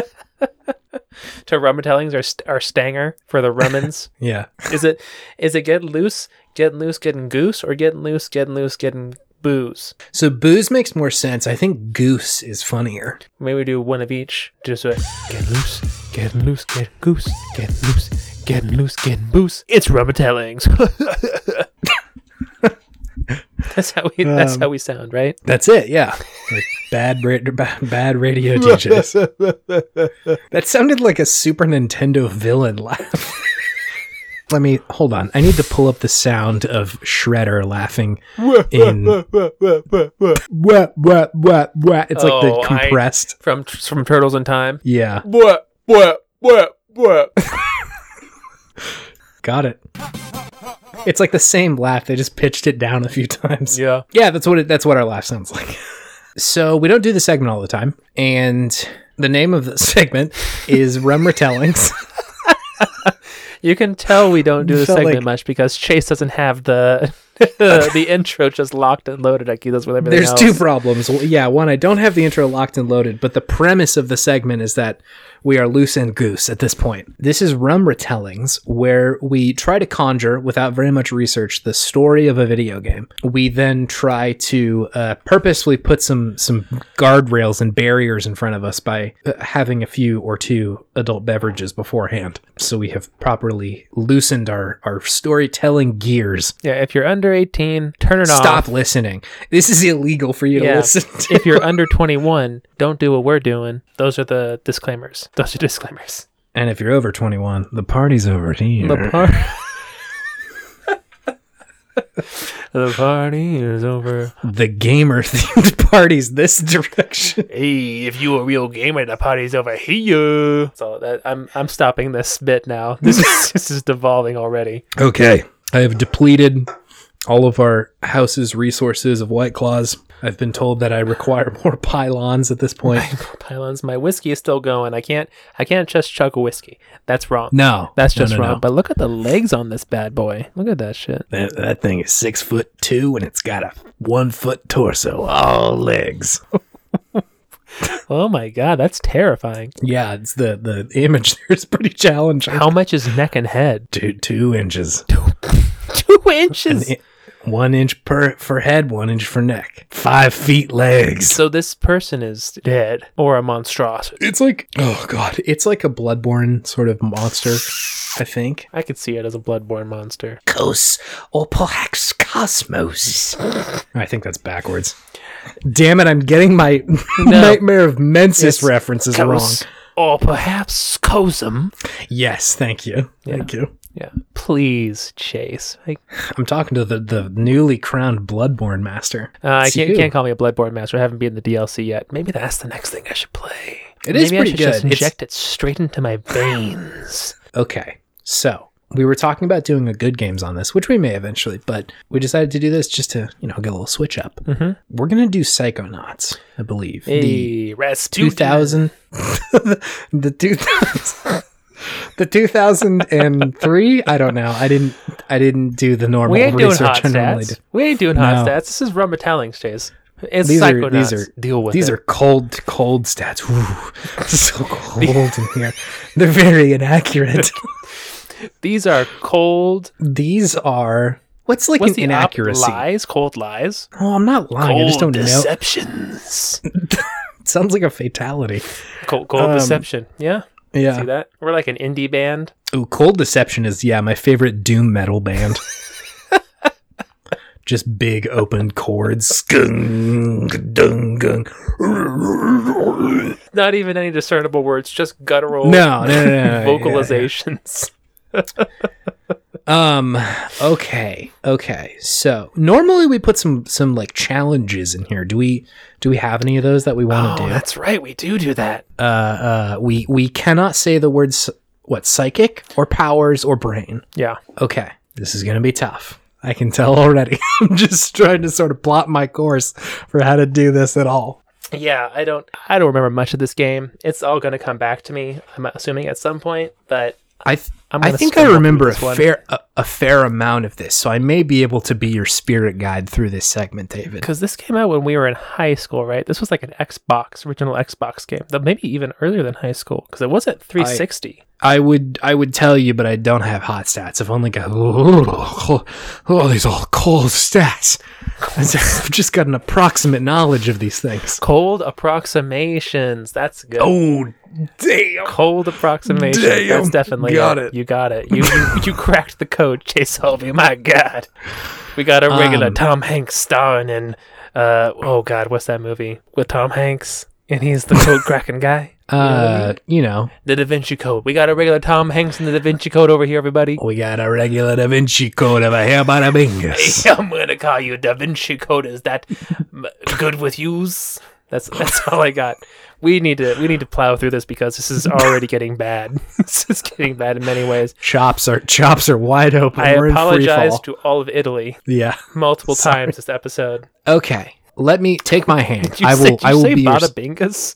to rummetellings or st- or stanger for the rummins?
Yeah.
is it is it getting loose, getting loose, getting goose, or getting loose, getting loose, getting booze?
So booze makes more sense. I think goose is funnier.
Maybe we do one of each. Just like, get loose, get loose, get goose, get loose, get loose, get booze. It's rubber tellings. that's how we. That's
Um,
how we sound, right?
That's it. Yeah. Like bad, ra- ba- bad radio DJs. that sounded like a Super Nintendo villain laugh. Let me hold on. I need to pull up the sound of Shredder laughing in. Wah, wah, wah, wah. It's like
Oh,
the
I-
compressed.
From from Turtles in Time.
Yeah.
What? What? What? What?
Got it. It's like the same laugh. They just pitched it down a few times.
Yeah.
Yeah, that's what it, that's what our laugh sounds like. So we don't do the segment all the time, and the name of the segment is Rum Retellings.
You can tell we don't do
You
this
felt
segment
like-
much because Chase doesn't have the the intro just locked and loaded like he does with everything
There's
else.
two problems. Well, yeah, one I don't have the intro locked and loaded, but the premise of the segment is that we are loose and goose at this point. This is Rum Retellings, where we try to conjure without very much research the story of a video game. We then try to uh, purposefully put some some guardrails and barriers in front of us by uh, having a few or two adult beverages beforehand, so we have properly loosened our our storytelling gears.
Yeah, if you're under 18, turn it
Stop
off.
listening. This is illegal for you to
Yeah.
listen to.
if you're under 21, don't do what we're doing. Those are the disclaimers. Those are disclaimers.
And if you're over 21, the party's over here.
The par- The party is over.
the gamer themed party's this direction.
Hey, if you a real gamer, the party's over here. So that, I'm I'm stopping this bit now. This is this is devolving already.
Okay. I have depleted all of our house's resources of White Claws. I've been told that I require more pylons at this point.
pylons. My whiskey is still going. I can't. I can't just chug a whiskey. That's wrong.
No.
that's
No,
just
no,
wrong.
no.
But look at the legs on this bad boy. Look at that shit.
That, that thing is six foot two and it's got a one foot torso, all legs.
Oh my god, that's terrifying.
Yeah, it's the, the image there is pretty challenging.
How much is neck and head?
Two, two inches.
Two inches.
An i- one inch per for head, one inch for neck. Five feet legs.
So this person is dead or a monstrosity.
It's like oh god, it's like a bloodborne sort of monster, I think.
I could see it as a bloodborne monster.
Cos or perhaps cosmos. I think that's backwards. Damn it, I'm getting my nightmare of menses
It's
references
Cos- Or perhaps Cosum.
wrong. Yes, thank you. Thank you.
Yeah. Please, Chase. I,
I'm talking to the, the newly crowned bloodborne master.
uh, I
It's
can't,
you.
can't call me a Bloodborne master. I haven't been in the DLC yet. Maybe that's the next thing I should play.
It is
Maybe I
pretty
should
good.
just
It's-
inject it straight into my veins.
Okay. So we were talking about doing a good games on this, which we may eventually, but we decided to do this just to, you know, get a little switch up.
Mhm.
We're going to do Psychonauts, I believe. The
Hey, Rasputin.
2000, the 2000, the 2003. I don't know. I didn't, I didn't do the normal
We ain't doing hot
research. I normally
stats. We ain't doing hot
No.
stats. This is rumba tellings, Chase. It's
These are-
psychonauts.
these are-
Deal with
These
it.
are cold, cold stats. Ooh, so cold in here. They're very inaccurate.
These are cold.
These are what's like
What's
an
the op-
inaccuracy?
lies? Cold lies.
Oh, I'm not lying. I just don't
Cold
know.
deceptions.
It sounds like a fatality.
Cold, cold
Um,
deception. Yeah.
Yeah.
See that? We're like an indie band.
Ooh, Cold Deception is yeah my favorite doom metal band. Just big open chords. Sgung, dung, gung.
Not even any discernible words. Just guttural
No, no, no, no, no, yeah,
vocalizations.
yeah. Um. Okay. Okay. So normally we put some some like challenges in here. Do we do we have any of those that we want to
Oh,
do?
that's right. We do do that.
Uh, uh. We we cannot say the words what psychic or powers or brain.
Yeah.
okay, this is going to be tough. I can tell already. I'm just trying to sort of plot my course for how to do this at all.
Yeah, I don't I don't remember much of this game. It's all going to come back to me, I'm assuming at some point, but
I th-
I'm
I
gonna
think I
stumble through
remember a
this one.
fair a, a fair amount of this, so I may be able to be your spirit guide through this segment, David.
because this came out when we were in high school, right? This was like an Xbox original Xbox game, though maybe even earlier than high school because it wasn't 360.
I would I would tell you, but I don't have hot stats. I've only got oh, these all cold stats. I've just got an approximate knowledge of these things.
Cold approximations. That's good.
Oh damn!
Cold approximation.
Damn.
That's definitely
Got it.
You got it. You, you you cracked the code, Chase Holby. My God, we got a regular
Um,
Tom Hanks starring in. Uh, oh God, what's that movie with Tom Hanks and he's the code cracking guy?
Uh, you know,
The Da Vinci Code. We got a regular Tom Hanks in the Da Vinci Code over here, everybody.
we got a regular Da Vinci Code over here, bada bingus.
I'm gonna call you Da Vinci Code. Is that m- good with yous? That's that's all I got. We need to we need to plow through this because this is already getting bad. this is getting bad in many ways.
Chops are chops are wide open.
I
We're in free
apologize
fall.
to all of Italy
Yeah.
multiple times this episode.
Okay. Let me take my hand.
Did you
I
say,
will.
did you
I will
say
be your
Bada Bingas?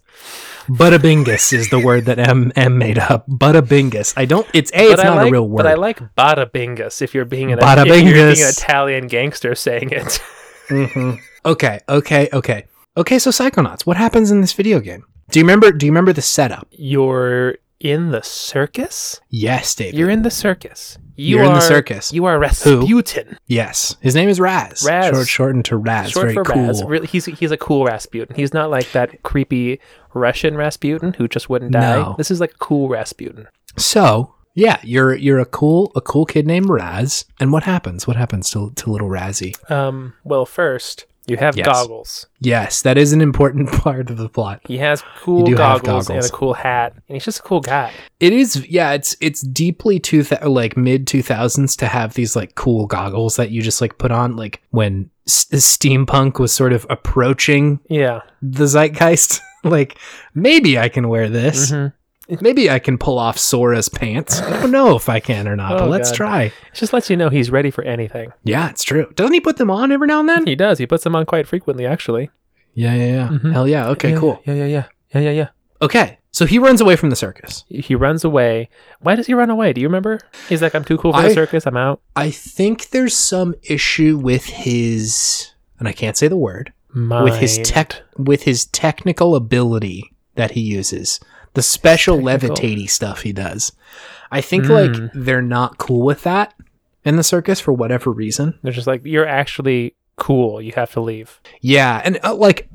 Buttabingus is the word that M M made up. Buttabingus. I don't. It's a. it's
I
not
like,
a real word.
But I like Bada Bingas if you're being an,
Bada
if you're being an
Bingas.
Italian gangster saying it.
Mhm. Okay. Okay. Okay. Okay. So Psychonauts. What happens in this video game? Do you remember? Do you remember the setup?
You're in the circus?
Yes, David.
You're in the circus. You
You're
are
in the circus.
You are Rasputin.
yes. His name is Raz.
Raz.
Short, shortened to Raz.
Short
Very
for
cool.
Raz. Really, he's he's a cool Rasputin. He's not like that creepy Russian Rasputin who just wouldn't die.
No.
This is like a cool Rasputin.
So yeah, you're you're a cool a cool kid named Raz. And what happens? What happens to to little Razzie?
Um, well, first you have
Yes.
goggles.
Yes, that is an important part of the plot.
He has cool
do have
goggles, and a
goggles.
cool hat, and he's just a cool guy.
It is, yeah. It's it's deeply two like mid two thousands to have these like cool goggles that you just like put on like when s- steampunk was sort of approaching
Yeah.
the zeitgeist. like maybe I can wear this.
Mhm.
Maybe I can pull off Sora's pants. I don't know if I can or not,
Oh,
but let's
God.
try.
It just lets you know he's ready for anything.
Yeah, it's true. Doesn't he put them on every now and then?
He does. He puts them on quite frequently, actually.
Yeah, yeah, yeah.
Mhm.
Hell yeah. Okay,
Yeah,
cool.
Yeah, yeah, yeah, yeah, yeah, yeah.
Okay, so he runs away from the circus.
He runs away. Why does he run away? Do you remember? He's like, I'm too cool for
I-
the circus. I'm out.
I think there's some issue with his, and I can't say the word. with his
Mind.
tech with his technical ability that he uses the special
Technical.
levitatey stuff he does i think
Mm.
like they're not cool with that in the circus for whatever reason
They're just like, you're actually cool. You have to leave.
yeah and uh, like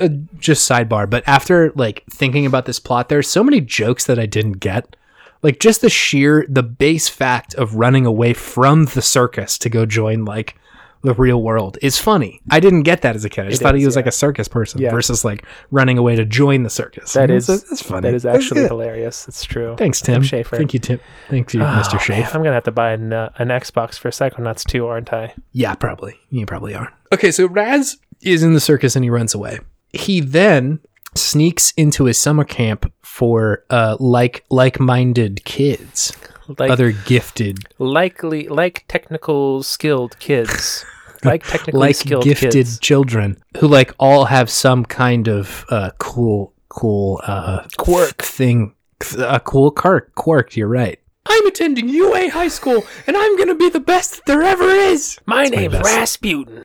uh, just sidebar but after like thinking about this plot there's so many jokes that i didn't get like just the sheer the base fact of running away from the circus to go join like the real world is funny. I didn't get that as a kid. I just thought
is,
he was like
yeah.
a circus person
Yeah.
versus like running away to join the circus.
That
And
is-
that's, that's funny.
That is
That's
actually
good.
hilarious. It's true.
thanks, Tim.
Tim Schafer.
Thank you, Tim. Thank you,
Oh,
Mr.
man,
Schaefer.
I'm gonna have to buy an, uh, an Xbox for Psychonauts 2, aren't I?
Yeah, probably. You probably are. Okay, so Raz is in the circus and he runs away. He then sneaks into his summer camp for uh like like-minded kids,
Like
other gifted,
likely like technical skilled kids. like technically
like
skilled
gifted
kids.
children who like all have some kind of uh cool cool uh
Quirk.
thing a cool quirk quirk you're right i'm attending ua high school and i'm gonna be the best that there ever is
My
my
name's
best.
Rasputin.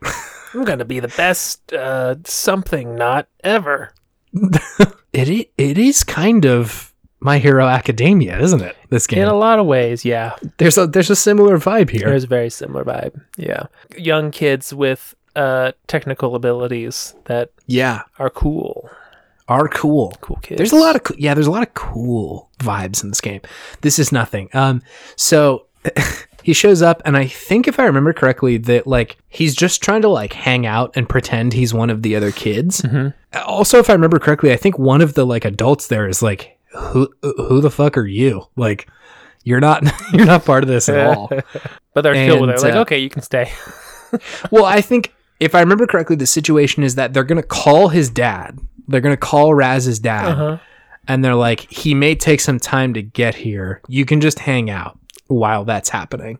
I'm gonna be the best uh, something not ever.
it, i- it is kind of my hero academia isn't it this
In
game
a lot of ways, yeah.
there's a there's a similar vibe here
There's a very similar vibe. Yeah. Young kids with uh, technical abilities that
yeah
are cool.
are cool
Cool kids.
There's a lot of coo- yeah. There's a lot of cool vibes in this game. This is nothing. Um, so he shows up, and I think if I remember correctly, that like he's just trying to like hang out and pretend he's one of the other kids.
Mhm.
Also, if I remember correctly, I think one of the like adults there is like, who who the fuck are you? Like, you're not you're not part of this at all.
But they're cool with it.
And,
Like,
uh,
okay, you can stay.
Well, I think if I remember correctly, the situation is that they're gonna call his dad. They're gonna call Raz's dad,
Uh-huh.
and they're like, "He may take some time to get here. You can just hang out." while that's happening.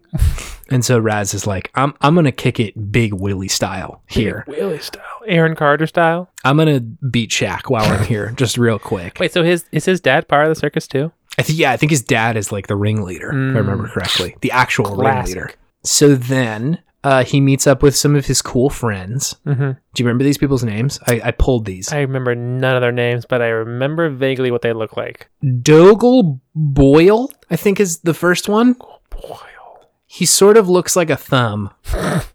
and so Raz is like, I'm I'm gonna kick it big Willie style here.
Willie style, Aaron Carter style.
I'm gonna beat Shaq while I'm here, just real quick.
Wait, so his is his dad part of the circus too?
I think yeah, I think his dad is like the ringleader, if I remember correctly. The actual
Mm. Classic.
ringleader. So then uh, he meets up with some of his cool friends.
Mm-hmm.
Do you remember these people's names? I, I pulled these.
I remember none of their names, but I remember vaguely what they look like.
Dogal Boyle, I think, is the first one.
Boyle.
He sort of looks like a thumb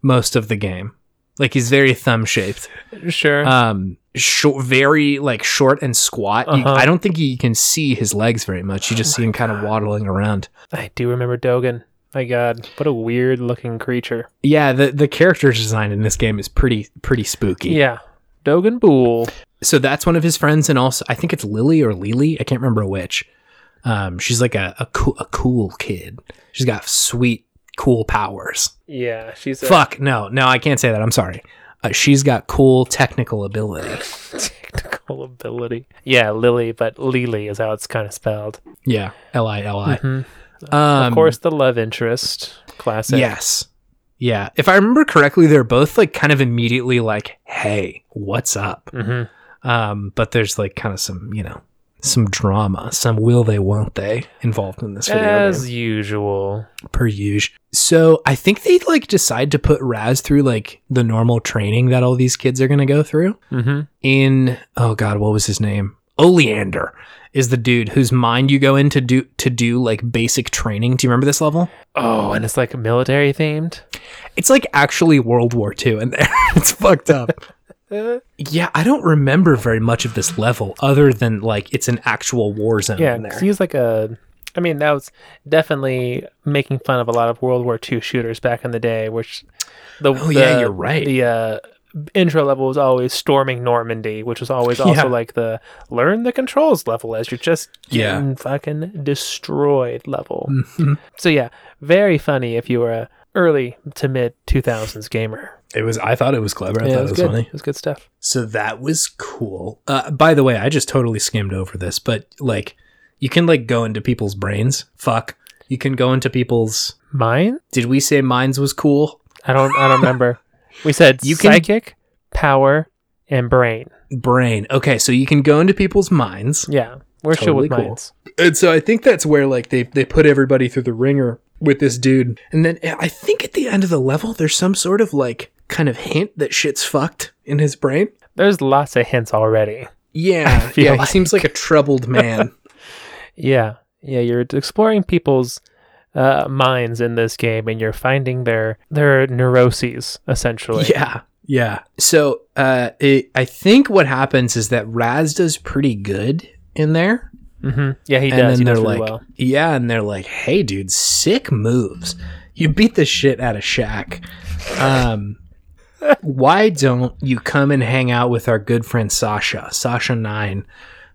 most of the game. Like he's very thumb shaped.
Sure.
Um, short, very like short and squat. You-
Uh-huh. Oh
I don't think you can see his legs very much. You just see him kind of waddling around.
I do remember Dogan. My God, what a weird looking creature.
Yeah, the the character design in this game is pretty pretty spooky.
Yeah. Dogan Boole.
So that's one of his friends, and also I think it's Lily or Lily. I can't remember which. Um, she's like a a, coo- a cool kid. She's got sweet cool powers.
Yeah, she's a
Fuck no, no, I can't say that. I'm sorry. Uh, she's got cool technical ability.
technical ability. Yeah, Lily, but Lily is how it's kind of spelled.
Yeah, L I L I.
Mhm.
Of
of course, the love interest. Classic.
Yes. Yeah. If I remember correctly, they're both like kind of immediately like, "Hey, what's up?"
hmm
Um, but there's like kind of some, you know, some drama, some will they, won't they, involved in this video
As
game,
usual.
per usual. So I think they like decide to put Raz through like the normal training that all these kids are gonna go through.
Mm-hmm.
in oh god what was his name oleander is the dude whose mind you go in to do to do like basic training do you remember this level
Oh, and it's like military themed.
it's like actually world war ii in there it's fucked up yeah i don't remember very much of this level other than like it's an actual war zone
yeah,
in there
because he was like a. I mean, that was definitely making fun of a lot of World War II shooters back in the day, which the
oh yeah
the-
you're right
the uh, intro level was always storming Normandy, which was always
Yeah.
also like the learn the controls level as you're just
Yeah.
getting fucking destroyed level.
Mhm.
So yeah, very funny if you were a early to mid 2000s gamer.
it was i thought it was clever i
yeah,
thought
it
it
was,
was
good.
funny
It was good stuff.
So that was cool. Uh, by the way, I just totally skimmed over this, but like, you can like go into people's brains. Fuck, you can go into people's.
Mine?
Did we say mines was cool?
I don't I don't remember. We said
You can-
psychic, power, and brain.
Brain. Okay, so you can go into people's minds,
Yeah. We're sure
Totally
with
cool.
minds.
and so I think that's where like they they put everybody through the ringer with this dude, and then I think at the end of the level, there's some sort of like kind of hint that shit's fucked in his brain.
There's lots of hints already. I
Yeah,
feel
yeah. He
like-
seems like a troubled man.
Yeah, yeah, you're exploring people's uh, minds in this game, and you're finding their their neuroses essentially.
Yeah. Yeah. So uh, it, I think what happens is that Raz does pretty good in there.
hmm yeah, he
and
does. He
then
does
they're
really
like,
well.
yeah. And they're like, hey, dude, sick moves. You beat the shit out of Shaq. Um, why don't you come and hang out with our good friend Sasha, Sasha Nine,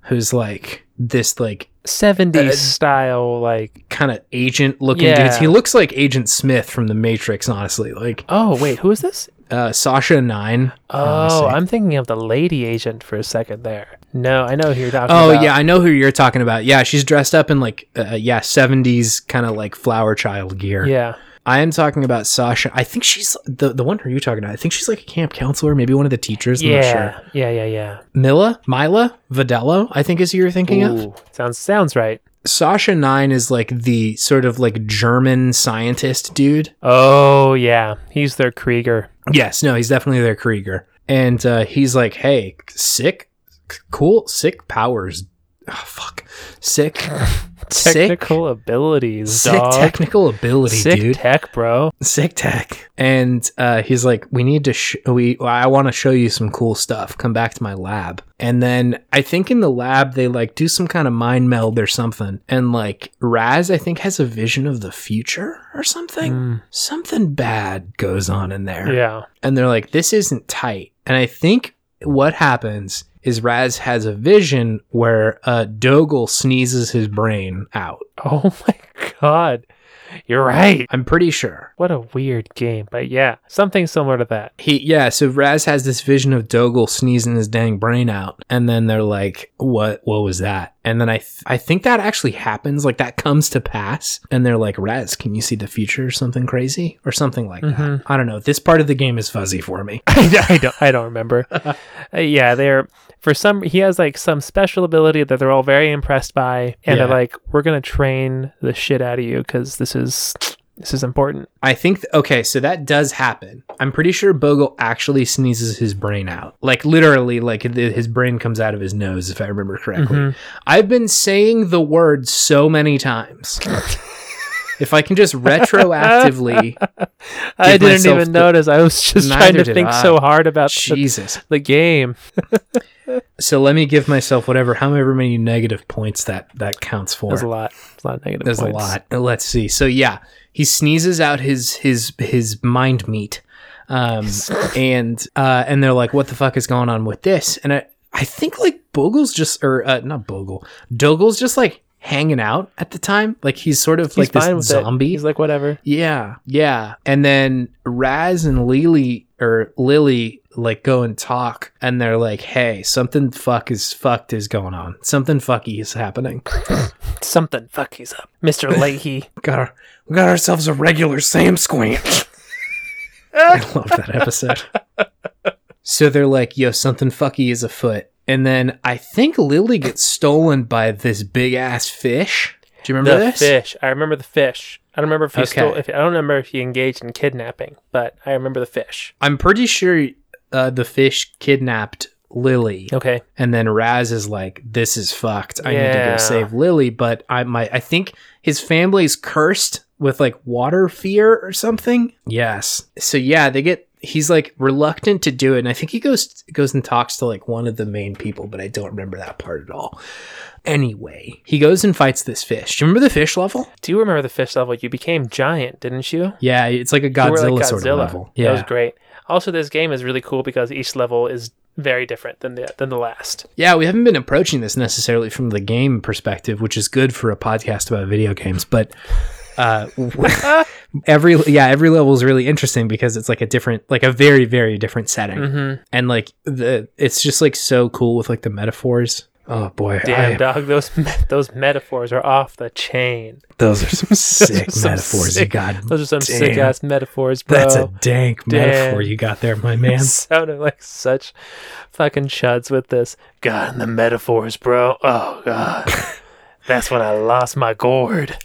who's like this, like, uh,
70s style, like.
kind of agent looking
Yeah.
dudes. He looks like Agent Smith from The Matrix, honestly. Like,
Oh wait, who is this?
uh, Sasha Nine.
Oh, I'm thinking of the lady agent for a second there. No, I know who you're talking
Oh
about.
yeah, I know who you're talking about. Yeah, she's dressed up in like uh, yeah, 70s kind of like flower child gear.
yeah,
I am talking about Sasha. I think she's the the one who you're talking about. I think she's like a camp counselor, maybe one of the teachers, I'm not
yeah,
sure.
yeah, yeah, yeah.
Mila, Mila Vidello, I think is who you're thinking of.
Ooh, sounds sounds right.
Sasha 9 is like the sort of like German scientist dude.
Oh yeah, he's their Krieger.
Yes, no, he's definitely their Krieger. And uh, he's like, "Hey, sick c- cool sick powers." Oh, fuck. Sick sick
Technical abilities,
sick
dog.
technical ability,
Sick
dude.
tech, bro.
Sick tech. And uh, he's like, we need to. Sh- we I want to show you some cool stuff. Come back to my lab. And then I think in the lab they like do some kind of mind meld or something. And like Raz, I think has a vision of the future or something.
Mm,
Something bad goes on in there.
yeah.
And they're like, this isn't tight. And I think what happens is Raz has a vision where uh, Dogel sneezes his brain out.
Oh my god. You're right.
I'm pretty sure.
What a weird game, but yeah, something similar to that.
He yeah, so Raz has this vision of Dogel sneezing his dang brain out, and then they're like, "What? What was that?" And then I th- I think that actually happens, like that comes to pass, and they're like, "Raz, can you see the future or something crazy or something like that?" I don't know. This part of the game is fuzzy for me.
I, I don't I don't remember. Uh, yeah, they're for some he has like some special ability that they're all very impressed by and
Yeah.
they're like we're going to train the shit out of you cuz this is this is important.
I think okay, so that does happen. I'm pretty sure Bogle actually sneezes his brain out, like literally, like th- his brain comes out of his nose, if I remember
Mm-hmm.
correctly. I've been saying the word so many times. if I can just retroactively,
I
Give
didn't
myself
even
the-
notice. I was just
Neither
trying to
did
think
I.
so hard about the,
Jesus.
the game.
So let me give myself whatever, however many negative points that that counts for.
There's a lot. There's a lot of negative
There's
points.
a lot. Let's see. So yeah, he sneezes out his his his mind meat, um, and uh, and they're like, "What the fuck is going on with this?" And I I think like Bogle's just or uh, not Bogle, Dogel's just like hanging out at the time. Like he's sort of
He's
like
fine
this
with
zombie.
It. He's like whatever.
Yeah, yeah. And then Raz and Lily or Lily like go and talk and they're like, "Hey, something fuck is fucked is going on. Something fucky is happening.
Something fuckies up. Mr. Leahy.
Got our, we got ourselves a regular Sam Squanch." I love that episode. so they're like, "Yo, something fucky is afoot." And then I think Lily gets stolen by this big ass fish. Do you remember
the
this?
fish. I remember the fish. I don't remember if he
Okay.
stole. If I don't remember if he engaged in kidnapping, but I remember the fish.
I'm pretty sure uh, the fish kidnapped Lily.
Okay.
And then Raz is like, "This is fucked. I need to
Yeah.
go save Lily." But I might. I think his family's cursed with like water fear or something. Yes. So yeah, they get. He's like reluctant to do it, and I think he goes goes and talks to like one of the main people, but I don't remember that part at all. Anyway, he goes and fights this fish. Do you remember the fish level?
Do you remember the fish level? You became giant, didn't you?
Yeah, it's like a
You were
Godzilla,
like
sort of level.
That
Yeah,
was great. Also, this game is really cool because each level is very different than the than the last.
Yeah, we haven't been approaching this necessarily from the game perspective, which is good for a podcast about video games, but uh, every yeah, every level is really interesting because it's like a different like a very very different setting.
Mm-hmm.
And like the it's just like so cool with like the metaphors. Oh boy,
Damn
I-
dog, those me- those metaphors are off the chain.
those are some sick
are some
metaphors
sick-
you got.
Those are some
Damn.
sick ass metaphors, bro.
That's a dank
Damn.
metaphor you got there, my man.
sounded like such fucking chuds with this. God, and the metaphors, bro. Oh god, that's when I lost my gourd.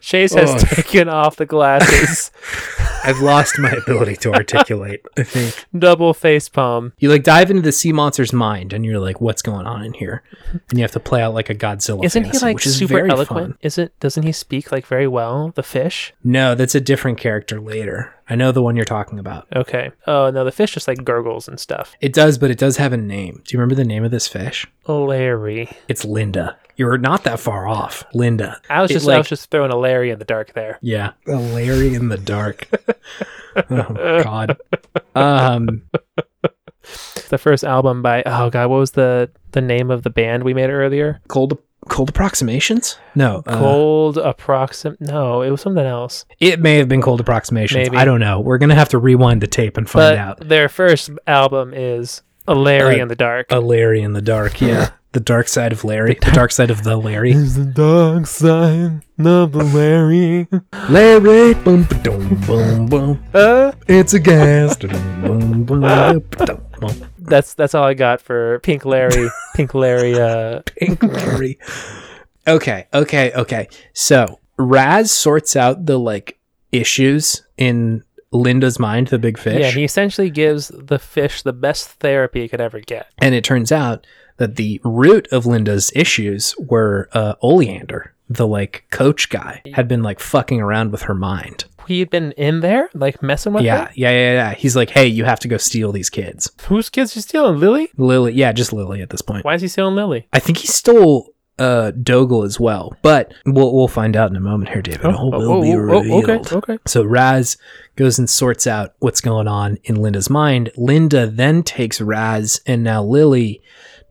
Chase has
Oh.
taken off the glasses,
I've lost my ability to articulate. I think.
double face palm.
You like dive into the sea monster's mind, and you're like, "What's going on in here?" And you have to play out like a Godzilla.
Isn't
fantasy,
he like
which is
super
very
eloquent?
fun.
Isn't doesn't he speak like very well? The fish.
No, that's a different character later. I know the one you're talking about.
Okay. Oh no, the fish just like gurgles and stuff.
It does, but it does have a name. Do you remember the name of this fish?
Larry.
It's Linda. You're not that far off, Linda.
I was
It,
just I
like-
was just throwing a Larry in the dark there.
Yeah, a Larry in the dark. oh God. Um.
The first album by oh god, what was the the name of the band we made earlier?
Cold. Cold approximations? No. uh,
Cold approxim. No, it was something else.
it may have been cold approximations.
Maybe.
I don't know. We're gonna have to rewind the tape and find
But
out.
their first album is a Larry
Uh,
in the dark.
a Larry in the dark. Yeah, the dark side of Larry, the dark side of the Larry.
Is the dark side of the Larry?
Larry, boom, boom, boom, boom.
Uh,
It's a gas. Boom, boom, boom, boom.
that's that's all I got for Pink Larry. Pink Larry. Uh,
Pink Larry. Okay, okay, okay. So Raz sorts out the like issues in Linda's mind, the big fish,
Yeah, and he essentially gives the fish the best therapy it could ever get.
and it turns out that the root of Linda's issues were uh, Oleander. The like coach guy had been like fucking around with her mind.
He'd been in there, like messing with
yeah,
her.
yeah, yeah, yeah. He's like, hey, you have to go steal these kids.
Whose kids you stealing? Lily?
Lily, yeah, just Lily at this point.
Why is he stealing Lily?
I think he stole uh Dogel as well, but we'll we'll find out in a moment here,
Oh,
David. All will be revealed.
okay, okay.
So Raz goes and sorts out what's going on in Linda's mind. Linda then takes Raz and now Lily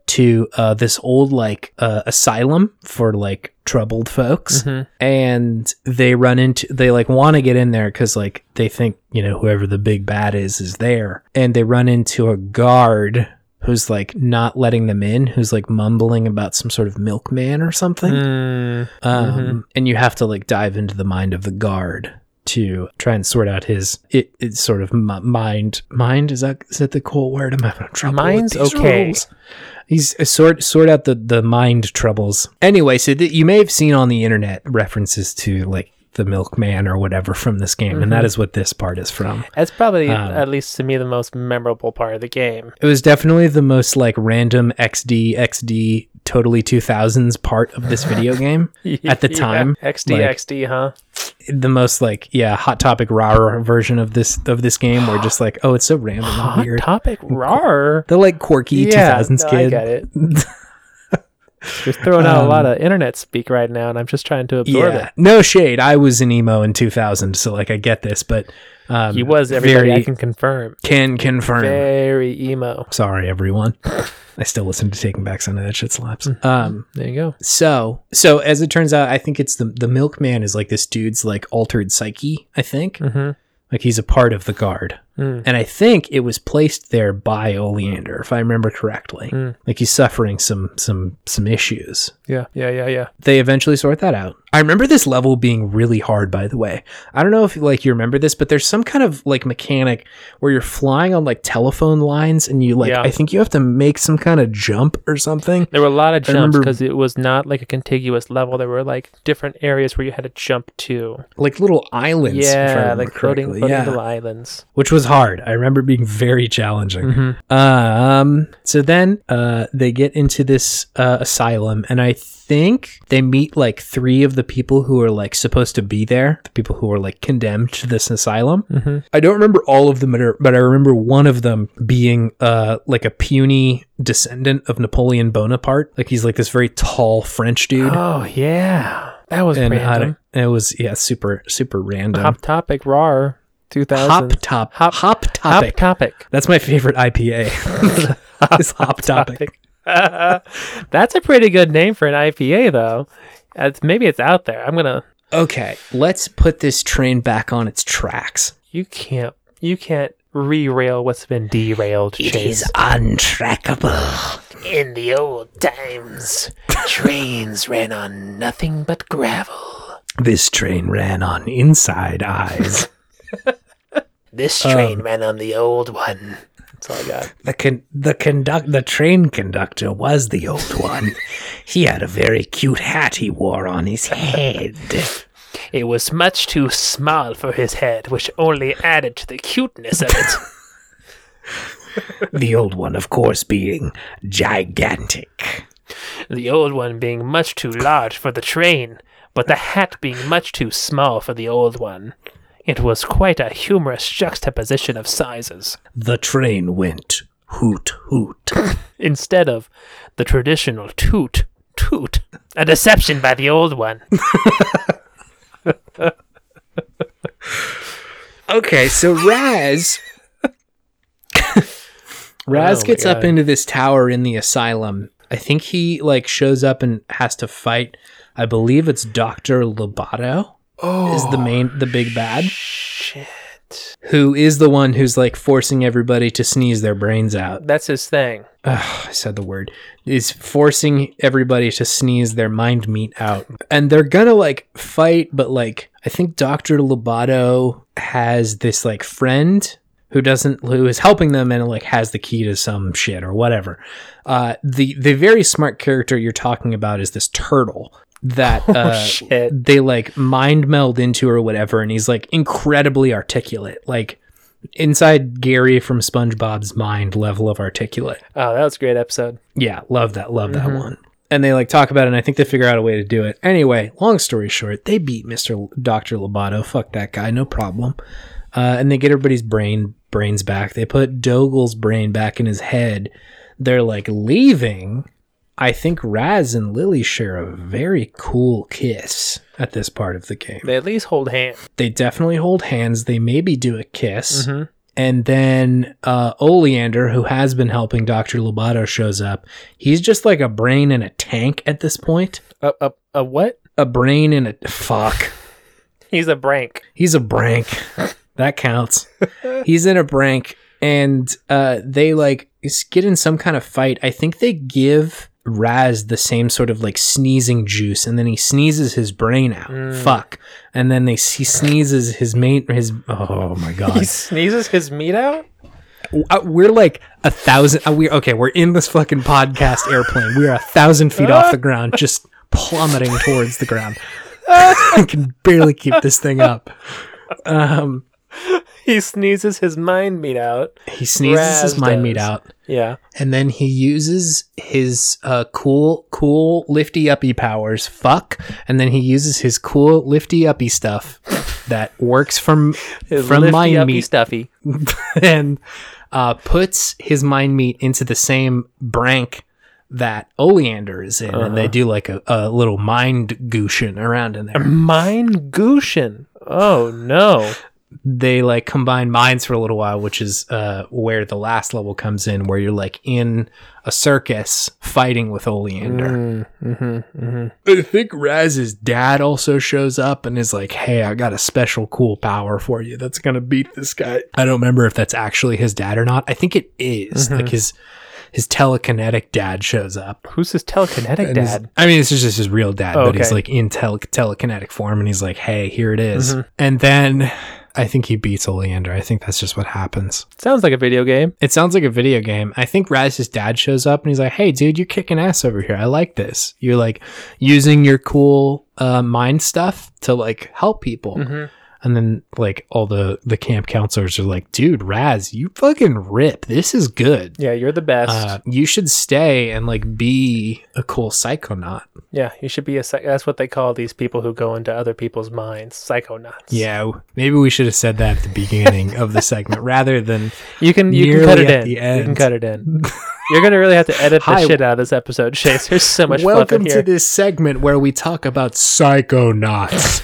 to uh, this old like uh, asylum for like troubled folks
Mhm.
and they run into they like want to get in there because like they think you know whoever the big bad is is there and they run into a guard who's like not letting them in who's like mumbling about some sort of milkman or something
Mm,
um,
Mhm.
and you have to like dive into the mind of the guard to try and sort out his it, it's sort of mi- mind mind is that is that the cool word I'm having trouble
Mind's
with these
okay.
rules. He's uh, sort sort out the the mind troubles anyway. So th- you may have seen on the internet references to like the milkman or whatever from this game, and
Mm-hmm.
that is what this part is from.
that's probably
Um,
at least to me the most memorable part of the game.
It was definitely the most like random XD XD totally 2000s part of this video game at the
Yeah.
time.
XD
like-
XD, huh?
the most like yeah hot topic rah version of this of this game where just like oh it's so random and
Hot
weird
topic, rar.
the like quirky
Yeah,
2000s
no,
kid
I get it. You're throwing out a
Um,
lot of internet speak right now, and I'm just trying to absorb
yeah no shade i was an emo in 2000 so like i get this but um
it. He was everybody. I
very
can confirm.
can confirm
Very emo.
sorry everyone i still listen to taking back some of that shit slaps
Mm-hmm.
um
There you go.
so so as it turns out i think it's the the milkman is like this dude's like altered psyche i think
Mm-hmm.
like he's a part of the guard
Mm.
and I think it was placed there by Oleander, if I remember correctly.
Mm.
Like he's suffering some some some issues.
Yeah, yeah, yeah, yeah.
They eventually sort that out. I remember this level being really hard, by the way. I don't know if like you remember this, but there's some kind of like mechanic where you're flying on like telephone lines, and you like
Yeah.
I think you have to make some kind of jump or something.
There were a lot of
I
jumps
remember-
because it was not like a contiguous level. There were like different areas where you had to jump to.
Like little islands. if I
yeah,
remember
like floating,
correctly.
floating
Yeah.
little islands.
which was hard. I remember it being very challenging. Um, so then uh, they get into this uh, asylum, and I think they meet like three of the people who are like supposed to be there, the people who are like condemned to this asylum.
Mm-hmm.
I don't remember all of them, but I- but I remember one of them being uh, like a puny descendant of Napoleon Bonaparte. Like he's like this very tall French dude.
Oh yeah, that was
and I
random.
don't- it was yeah, super super random.
Hop topic rar two
hop
thousand.
top
Hop-
hop, topic.
Hop topic.
That's my favorite IPA. it's hop topic.
That's a pretty good name for an IPA though. That's, maybe it's out there. I'm gonna.
Okay, let's put this train back on its tracks.
You can't. You can't re-rail what's been derailed. Chase.
untrackable.
In the old times, trains ran on nothing but gravel.
This train ran on inside eyes.
This
train
ran on the old one. That's all I got.
the con- the conduct the train conductor was the old one. he had a very cute hat he wore on his head.
It was much too small for his head, which only added to the cuteness of it.
the old one, of course, being gigantic.
the old one being much too large for the train, but the hat being much too small for the old one. It was quite a humorous juxtaposition of sizes.
The train went hoot hoot.
Instead of the traditional toot, toot, a deception by the old one.
Okay, so Raz. Raz
Oh my
gets up
God.
into this tower in the asylum. I think he like shows up and has to fight. I believe it's Doctor Lobato
Oh,
is the main, the big bad,
shit.
who is the one who's like forcing everybody to sneeze their brains out.
That's his thing.
Ugh, I said the word is forcing everybody to sneeze their mind meat out, and they're gonna like fight, but like I think Doctor Lobato has this like friend who doesn't who is helping them and like has the key to some shit or whatever. Uh, the the very smart character you're talking about is this turtle that
oh,
uh,
shit.
they like mind meld into or whatever and he's like incredibly articulate like inside gary from spongebob's mind level of articulate
Oh, that was a great episode.
yeah love that love that one and they like talk about it and i think they figure out a way to do it anyway long story short they beat mr L- dr lobato fuck that guy no problem uh, and they get everybody's brain brains back they put dogel's brain back in his head they're like leaving i think raz and lily share a very cool kiss at this part of the game
They at least hold hands. Mm-hmm.
they definitely hold hands they maybe do a kiss And then uh, Oleander, who has been helping Dr. Lobato, shows up. He's just like a brain in a tank at this point.
A, a, a what?
A brain in a. Fuck.
He's a brank.
He's a brank. that counts. He's in a brank. And uh, they like get in some kind of fight. I think they give Raz the same sort of like sneezing juice, and then he sneezes his brain out.
Mm.
Fuck. And then they he sneezes his mate his oh my god.
He sneezes his meat out?
Uh, We're like a thousand. Uh, we okay. We're in this fucking podcast airplane. We are a thousand feet off the ground, just plummeting towards the ground. I can barely keep this thing up. Um,
He sneezes his mind meat out.
he sneezes
Raz
his mind meat
does.
out,
Yeah.
and then he uses his uh, cool, cool lifty uppy powers. Fuck, and then he uses his cool lifty uppy stuff that works from
His
from
lifty
mind
uppy
meat
stuffy.
and uh, puts his mind meat into the same brank that Oleander is in, and they do like a, a little mind gooshin around in there.
Mind gooshin. Oh no.
They like combine minds for a little while, which is uh, where the last level comes in, where you're like in a circus fighting with Oleander.
Mm-hmm,
I think Raz's dad also shows up and is like, "Hey, I got a special cool power for you that's gonna beat this guy." I don't remember if that's actually his dad or not. I think it is.
Mm-hmm.
Like his his telekinetic dad shows up.
Who's his telekinetic
And his-
dad?
I mean, it's just his real dad,
Oh,
but he's
okay.
like in tele- telekinetic form, and he's like, "Hey, here it
Mm-hmm.
is." And then I think he beats Oleander. I think that's just what happens.
Sounds like a video game.
It sounds like a video game. I think Raz's dad shows up and he's like, "Hey, dude, you're kicking ass over here. I like this. You're like using your cool uh, mind stuff to like help people."
Hmm. Mm-hmm.
And then like all the the camp counselors are like, "Dude, Raz, you fucking rip. This is good.
Yeah, you're the best.
Uh, you should stay and like be a cool psychonaut."
yeah, you should be a psych- that's what they call these people who go into other people's minds, psychonauts.
Yeah, w- maybe we should have said that at the beginning of the segment rather than
You can you can
Nearly
cut it
at
in.
the
You can
end.
cut it in. You're gonna really have to edit the
Hi.
shit out of this episode, Chase. There's so much
welcome
fluff in
to
here.
this segment where we talk about psychonauts.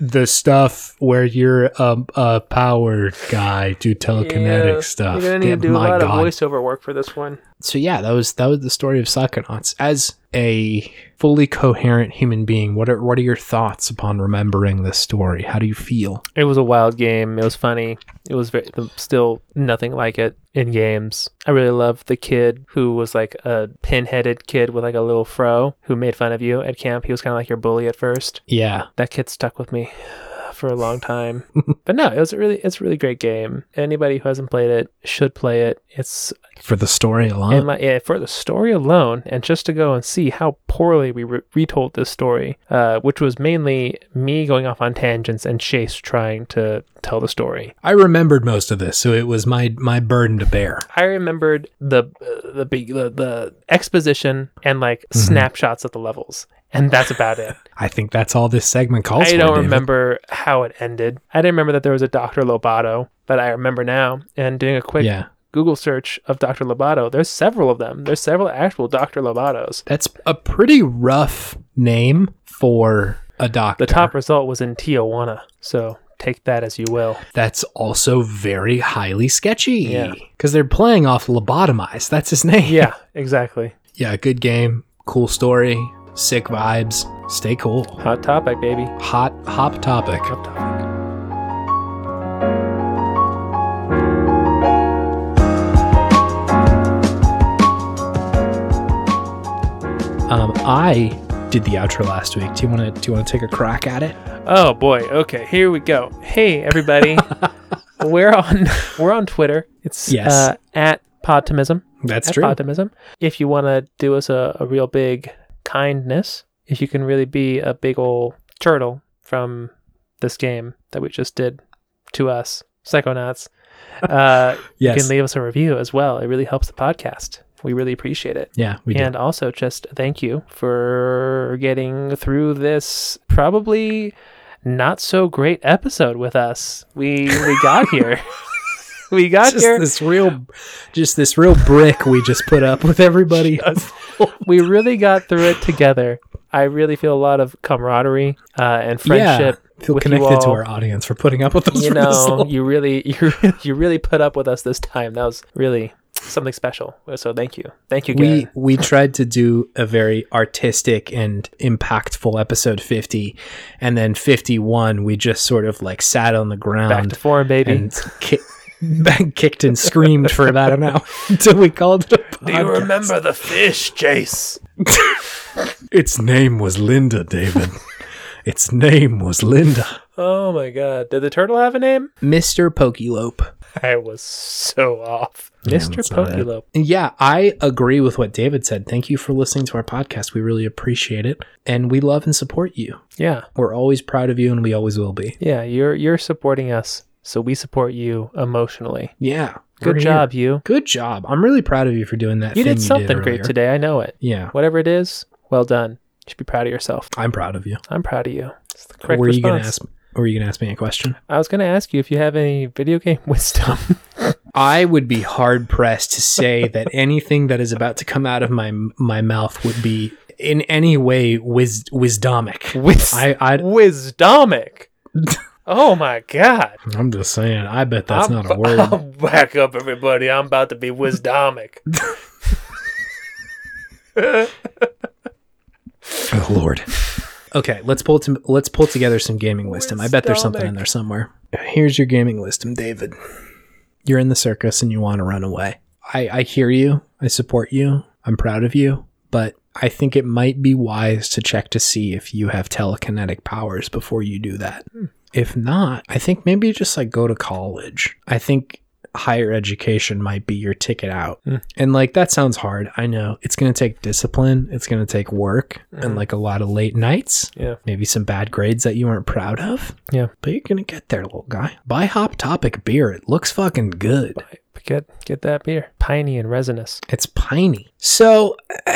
the stuff where you're um, a power guy do telekinetic
Yeah,
stuff.
You're gonna need
Damn,
to do a
my
lot
God.
of voiceover work for this one.
so yeah, that was that was the story of psychonauts. As a fully coherent human being, what are what are your thoughts upon remembering this story? How do you feel?
It was a wild game. It was funny. It was very, still nothing like it in games. I really loved the kid who was like a pinheaded kid with like a little fro who made fun of you at camp. He was kind of like your bully at first.
Yeah,
That kid stuck with me for a long time. but no, it was a really it's a really great game. Anybody who hasn't played it should play it. It's
for the story alone.
and my, yeah, for the story alone, and just to go and see how poorly we re- retold this story, uh, which was mainly me going off on tangents and Chase trying to tell the story.
I remembered most of this, so it was my my burden to bear.
I remembered the uh, the big the, the exposition and like
Mm-hmm.
snapshots of the levels, and that's about it.
I think that's all this segment calls for.
I don't
David.
remember how it ended. I didn't remember that there was a Dr. Lobato, but I remember now. And doing a quick
Yeah,
Google search of Dr. Lobato, there's several of them. There's several actual Dr. Lobatos.
that's a pretty rough name for a doctor.
The top result was in Tijuana, so take that as you will.
That's also very highly sketchy.
Yeah.
because they're playing off lobotomized. That's his name.
Yeah, exactly.
yeah. Good game. Cool story. Sick vibes. Stay cool.
Hot topic, baby.
Hot hop topic.
Hot topic.
Um, I did the outro last week. Do you want to do you want to take a crack at it?
Oh boy. Okay, here we go. Hey everybody. we're on we're on Twitter. It's
Yes.
uh, at Podtimism.
That's
at Podtimism. If you want to do us a, a real big kindness, if you can really be a big old turtle from this game that we just did to us, Psychonauts, uh,
Yes.
you can leave us a review as well. It really helps the podcast. We really appreciate it.
yeah, we did.
And also, just thank you for getting through this probably not so great episode with us. We we got here. we got
just
here.
this real just this real brick we just put up with everybody
we really got through it together. I really feel a lot of camaraderie uh, and friendship.
Yeah, feel
with you
connected to
all.
our audience for putting up with us.
You
for this
know,
long.
you really, you really- you really put up with us this time. That was really something special. So thank you, thank you,
we
Gary.
we tried to do a very artistic and impactful episode 50 and then 51 we just sort of like sat on the
Back
ground
to form, baby.
and ki- back kicked and screamed for about an hour until we called it a
Do you
podcast.
remember the fish, Jace?
its name was linda david its name was linda
Oh my god. Did the turtle have a name?
mr pokelope
I was so off. Mr.
that's not it.
Pokulo.
Yeah, I agree with what David said. Thank you for listening to our podcast. We really appreciate it. And we love and support you.
Yeah.
We're always proud of you and we always will be.
Yeah, you're you're supporting us, so we support you emotionally.
Yeah. we're
Good
here.
job, you.
Good job. I'm really proud of you for doing that.
You
thing
did something
earlier.
great today. I know it.
Yeah.
Whatever it is, well done. You should be proud of yourself.
I'm proud of you.
I'm proud of you. It's the correct
were you gonna
response.
ask were you gonna ask me a question?
I was going to ask you if you have any video game wisdom.
I would be hard pressed to say that anything that is about to come out of my my mouth would be in any way wis- wisdomic.
Wis-
I, I
Wisdomic. oh my god.
I'm just saying. I bet that's
I'm,
not a word.
I'll back up everybody. I'm about to be wisdomic.
Oh Lord. Okay, let's pull to, let's pull together some gaming wisdom. I bet there's something in there somewhere. Here's your gaming wisdom, David. You're in the circus and you want to run away. I, I hear you. I support you. I'm proud of you. But I think it might be wise to check to see if you have telekinetic powers before you do that.
Hmm.
If not, I think maybe just like go to college. I think higher education might be your ticket out.
Hmm.
And like that sounds hard. I know it's going to take discipline, it's going to take work and
Mhm.
like a lot of late nights.
Yeah.
Maybe some bad grades that you weren't proud of.
Yeah.
But you're going to get there, little guy. Buy Hop Topic beer. It looks fucking good.
Get get that beer. Piney and resinous.
It's piney. So,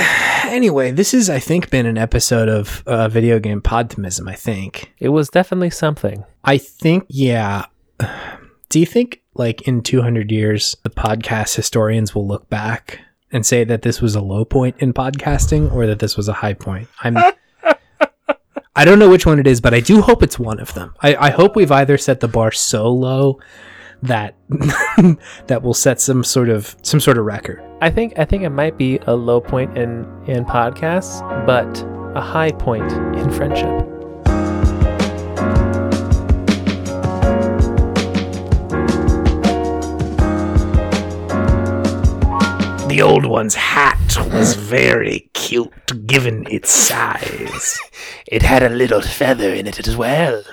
anyway, this has, I think, been an episode of uh, video game podtimism, I think.
It was definitely something.
I think, yeah. Do you think, like, in 200 years, the podcast historians will look back and say that this was a low point in podcasting or that this was a high point? I'm. I don't know which one it is, but I do hope it's one of them. I, I hope we've either set the bar so low that that will set some sort of some sort of record.
I think I think it might be a low point in in podcasts, but a high point in friendship.
The old one's hat was very cute given its size.
It had a little feather in it as well.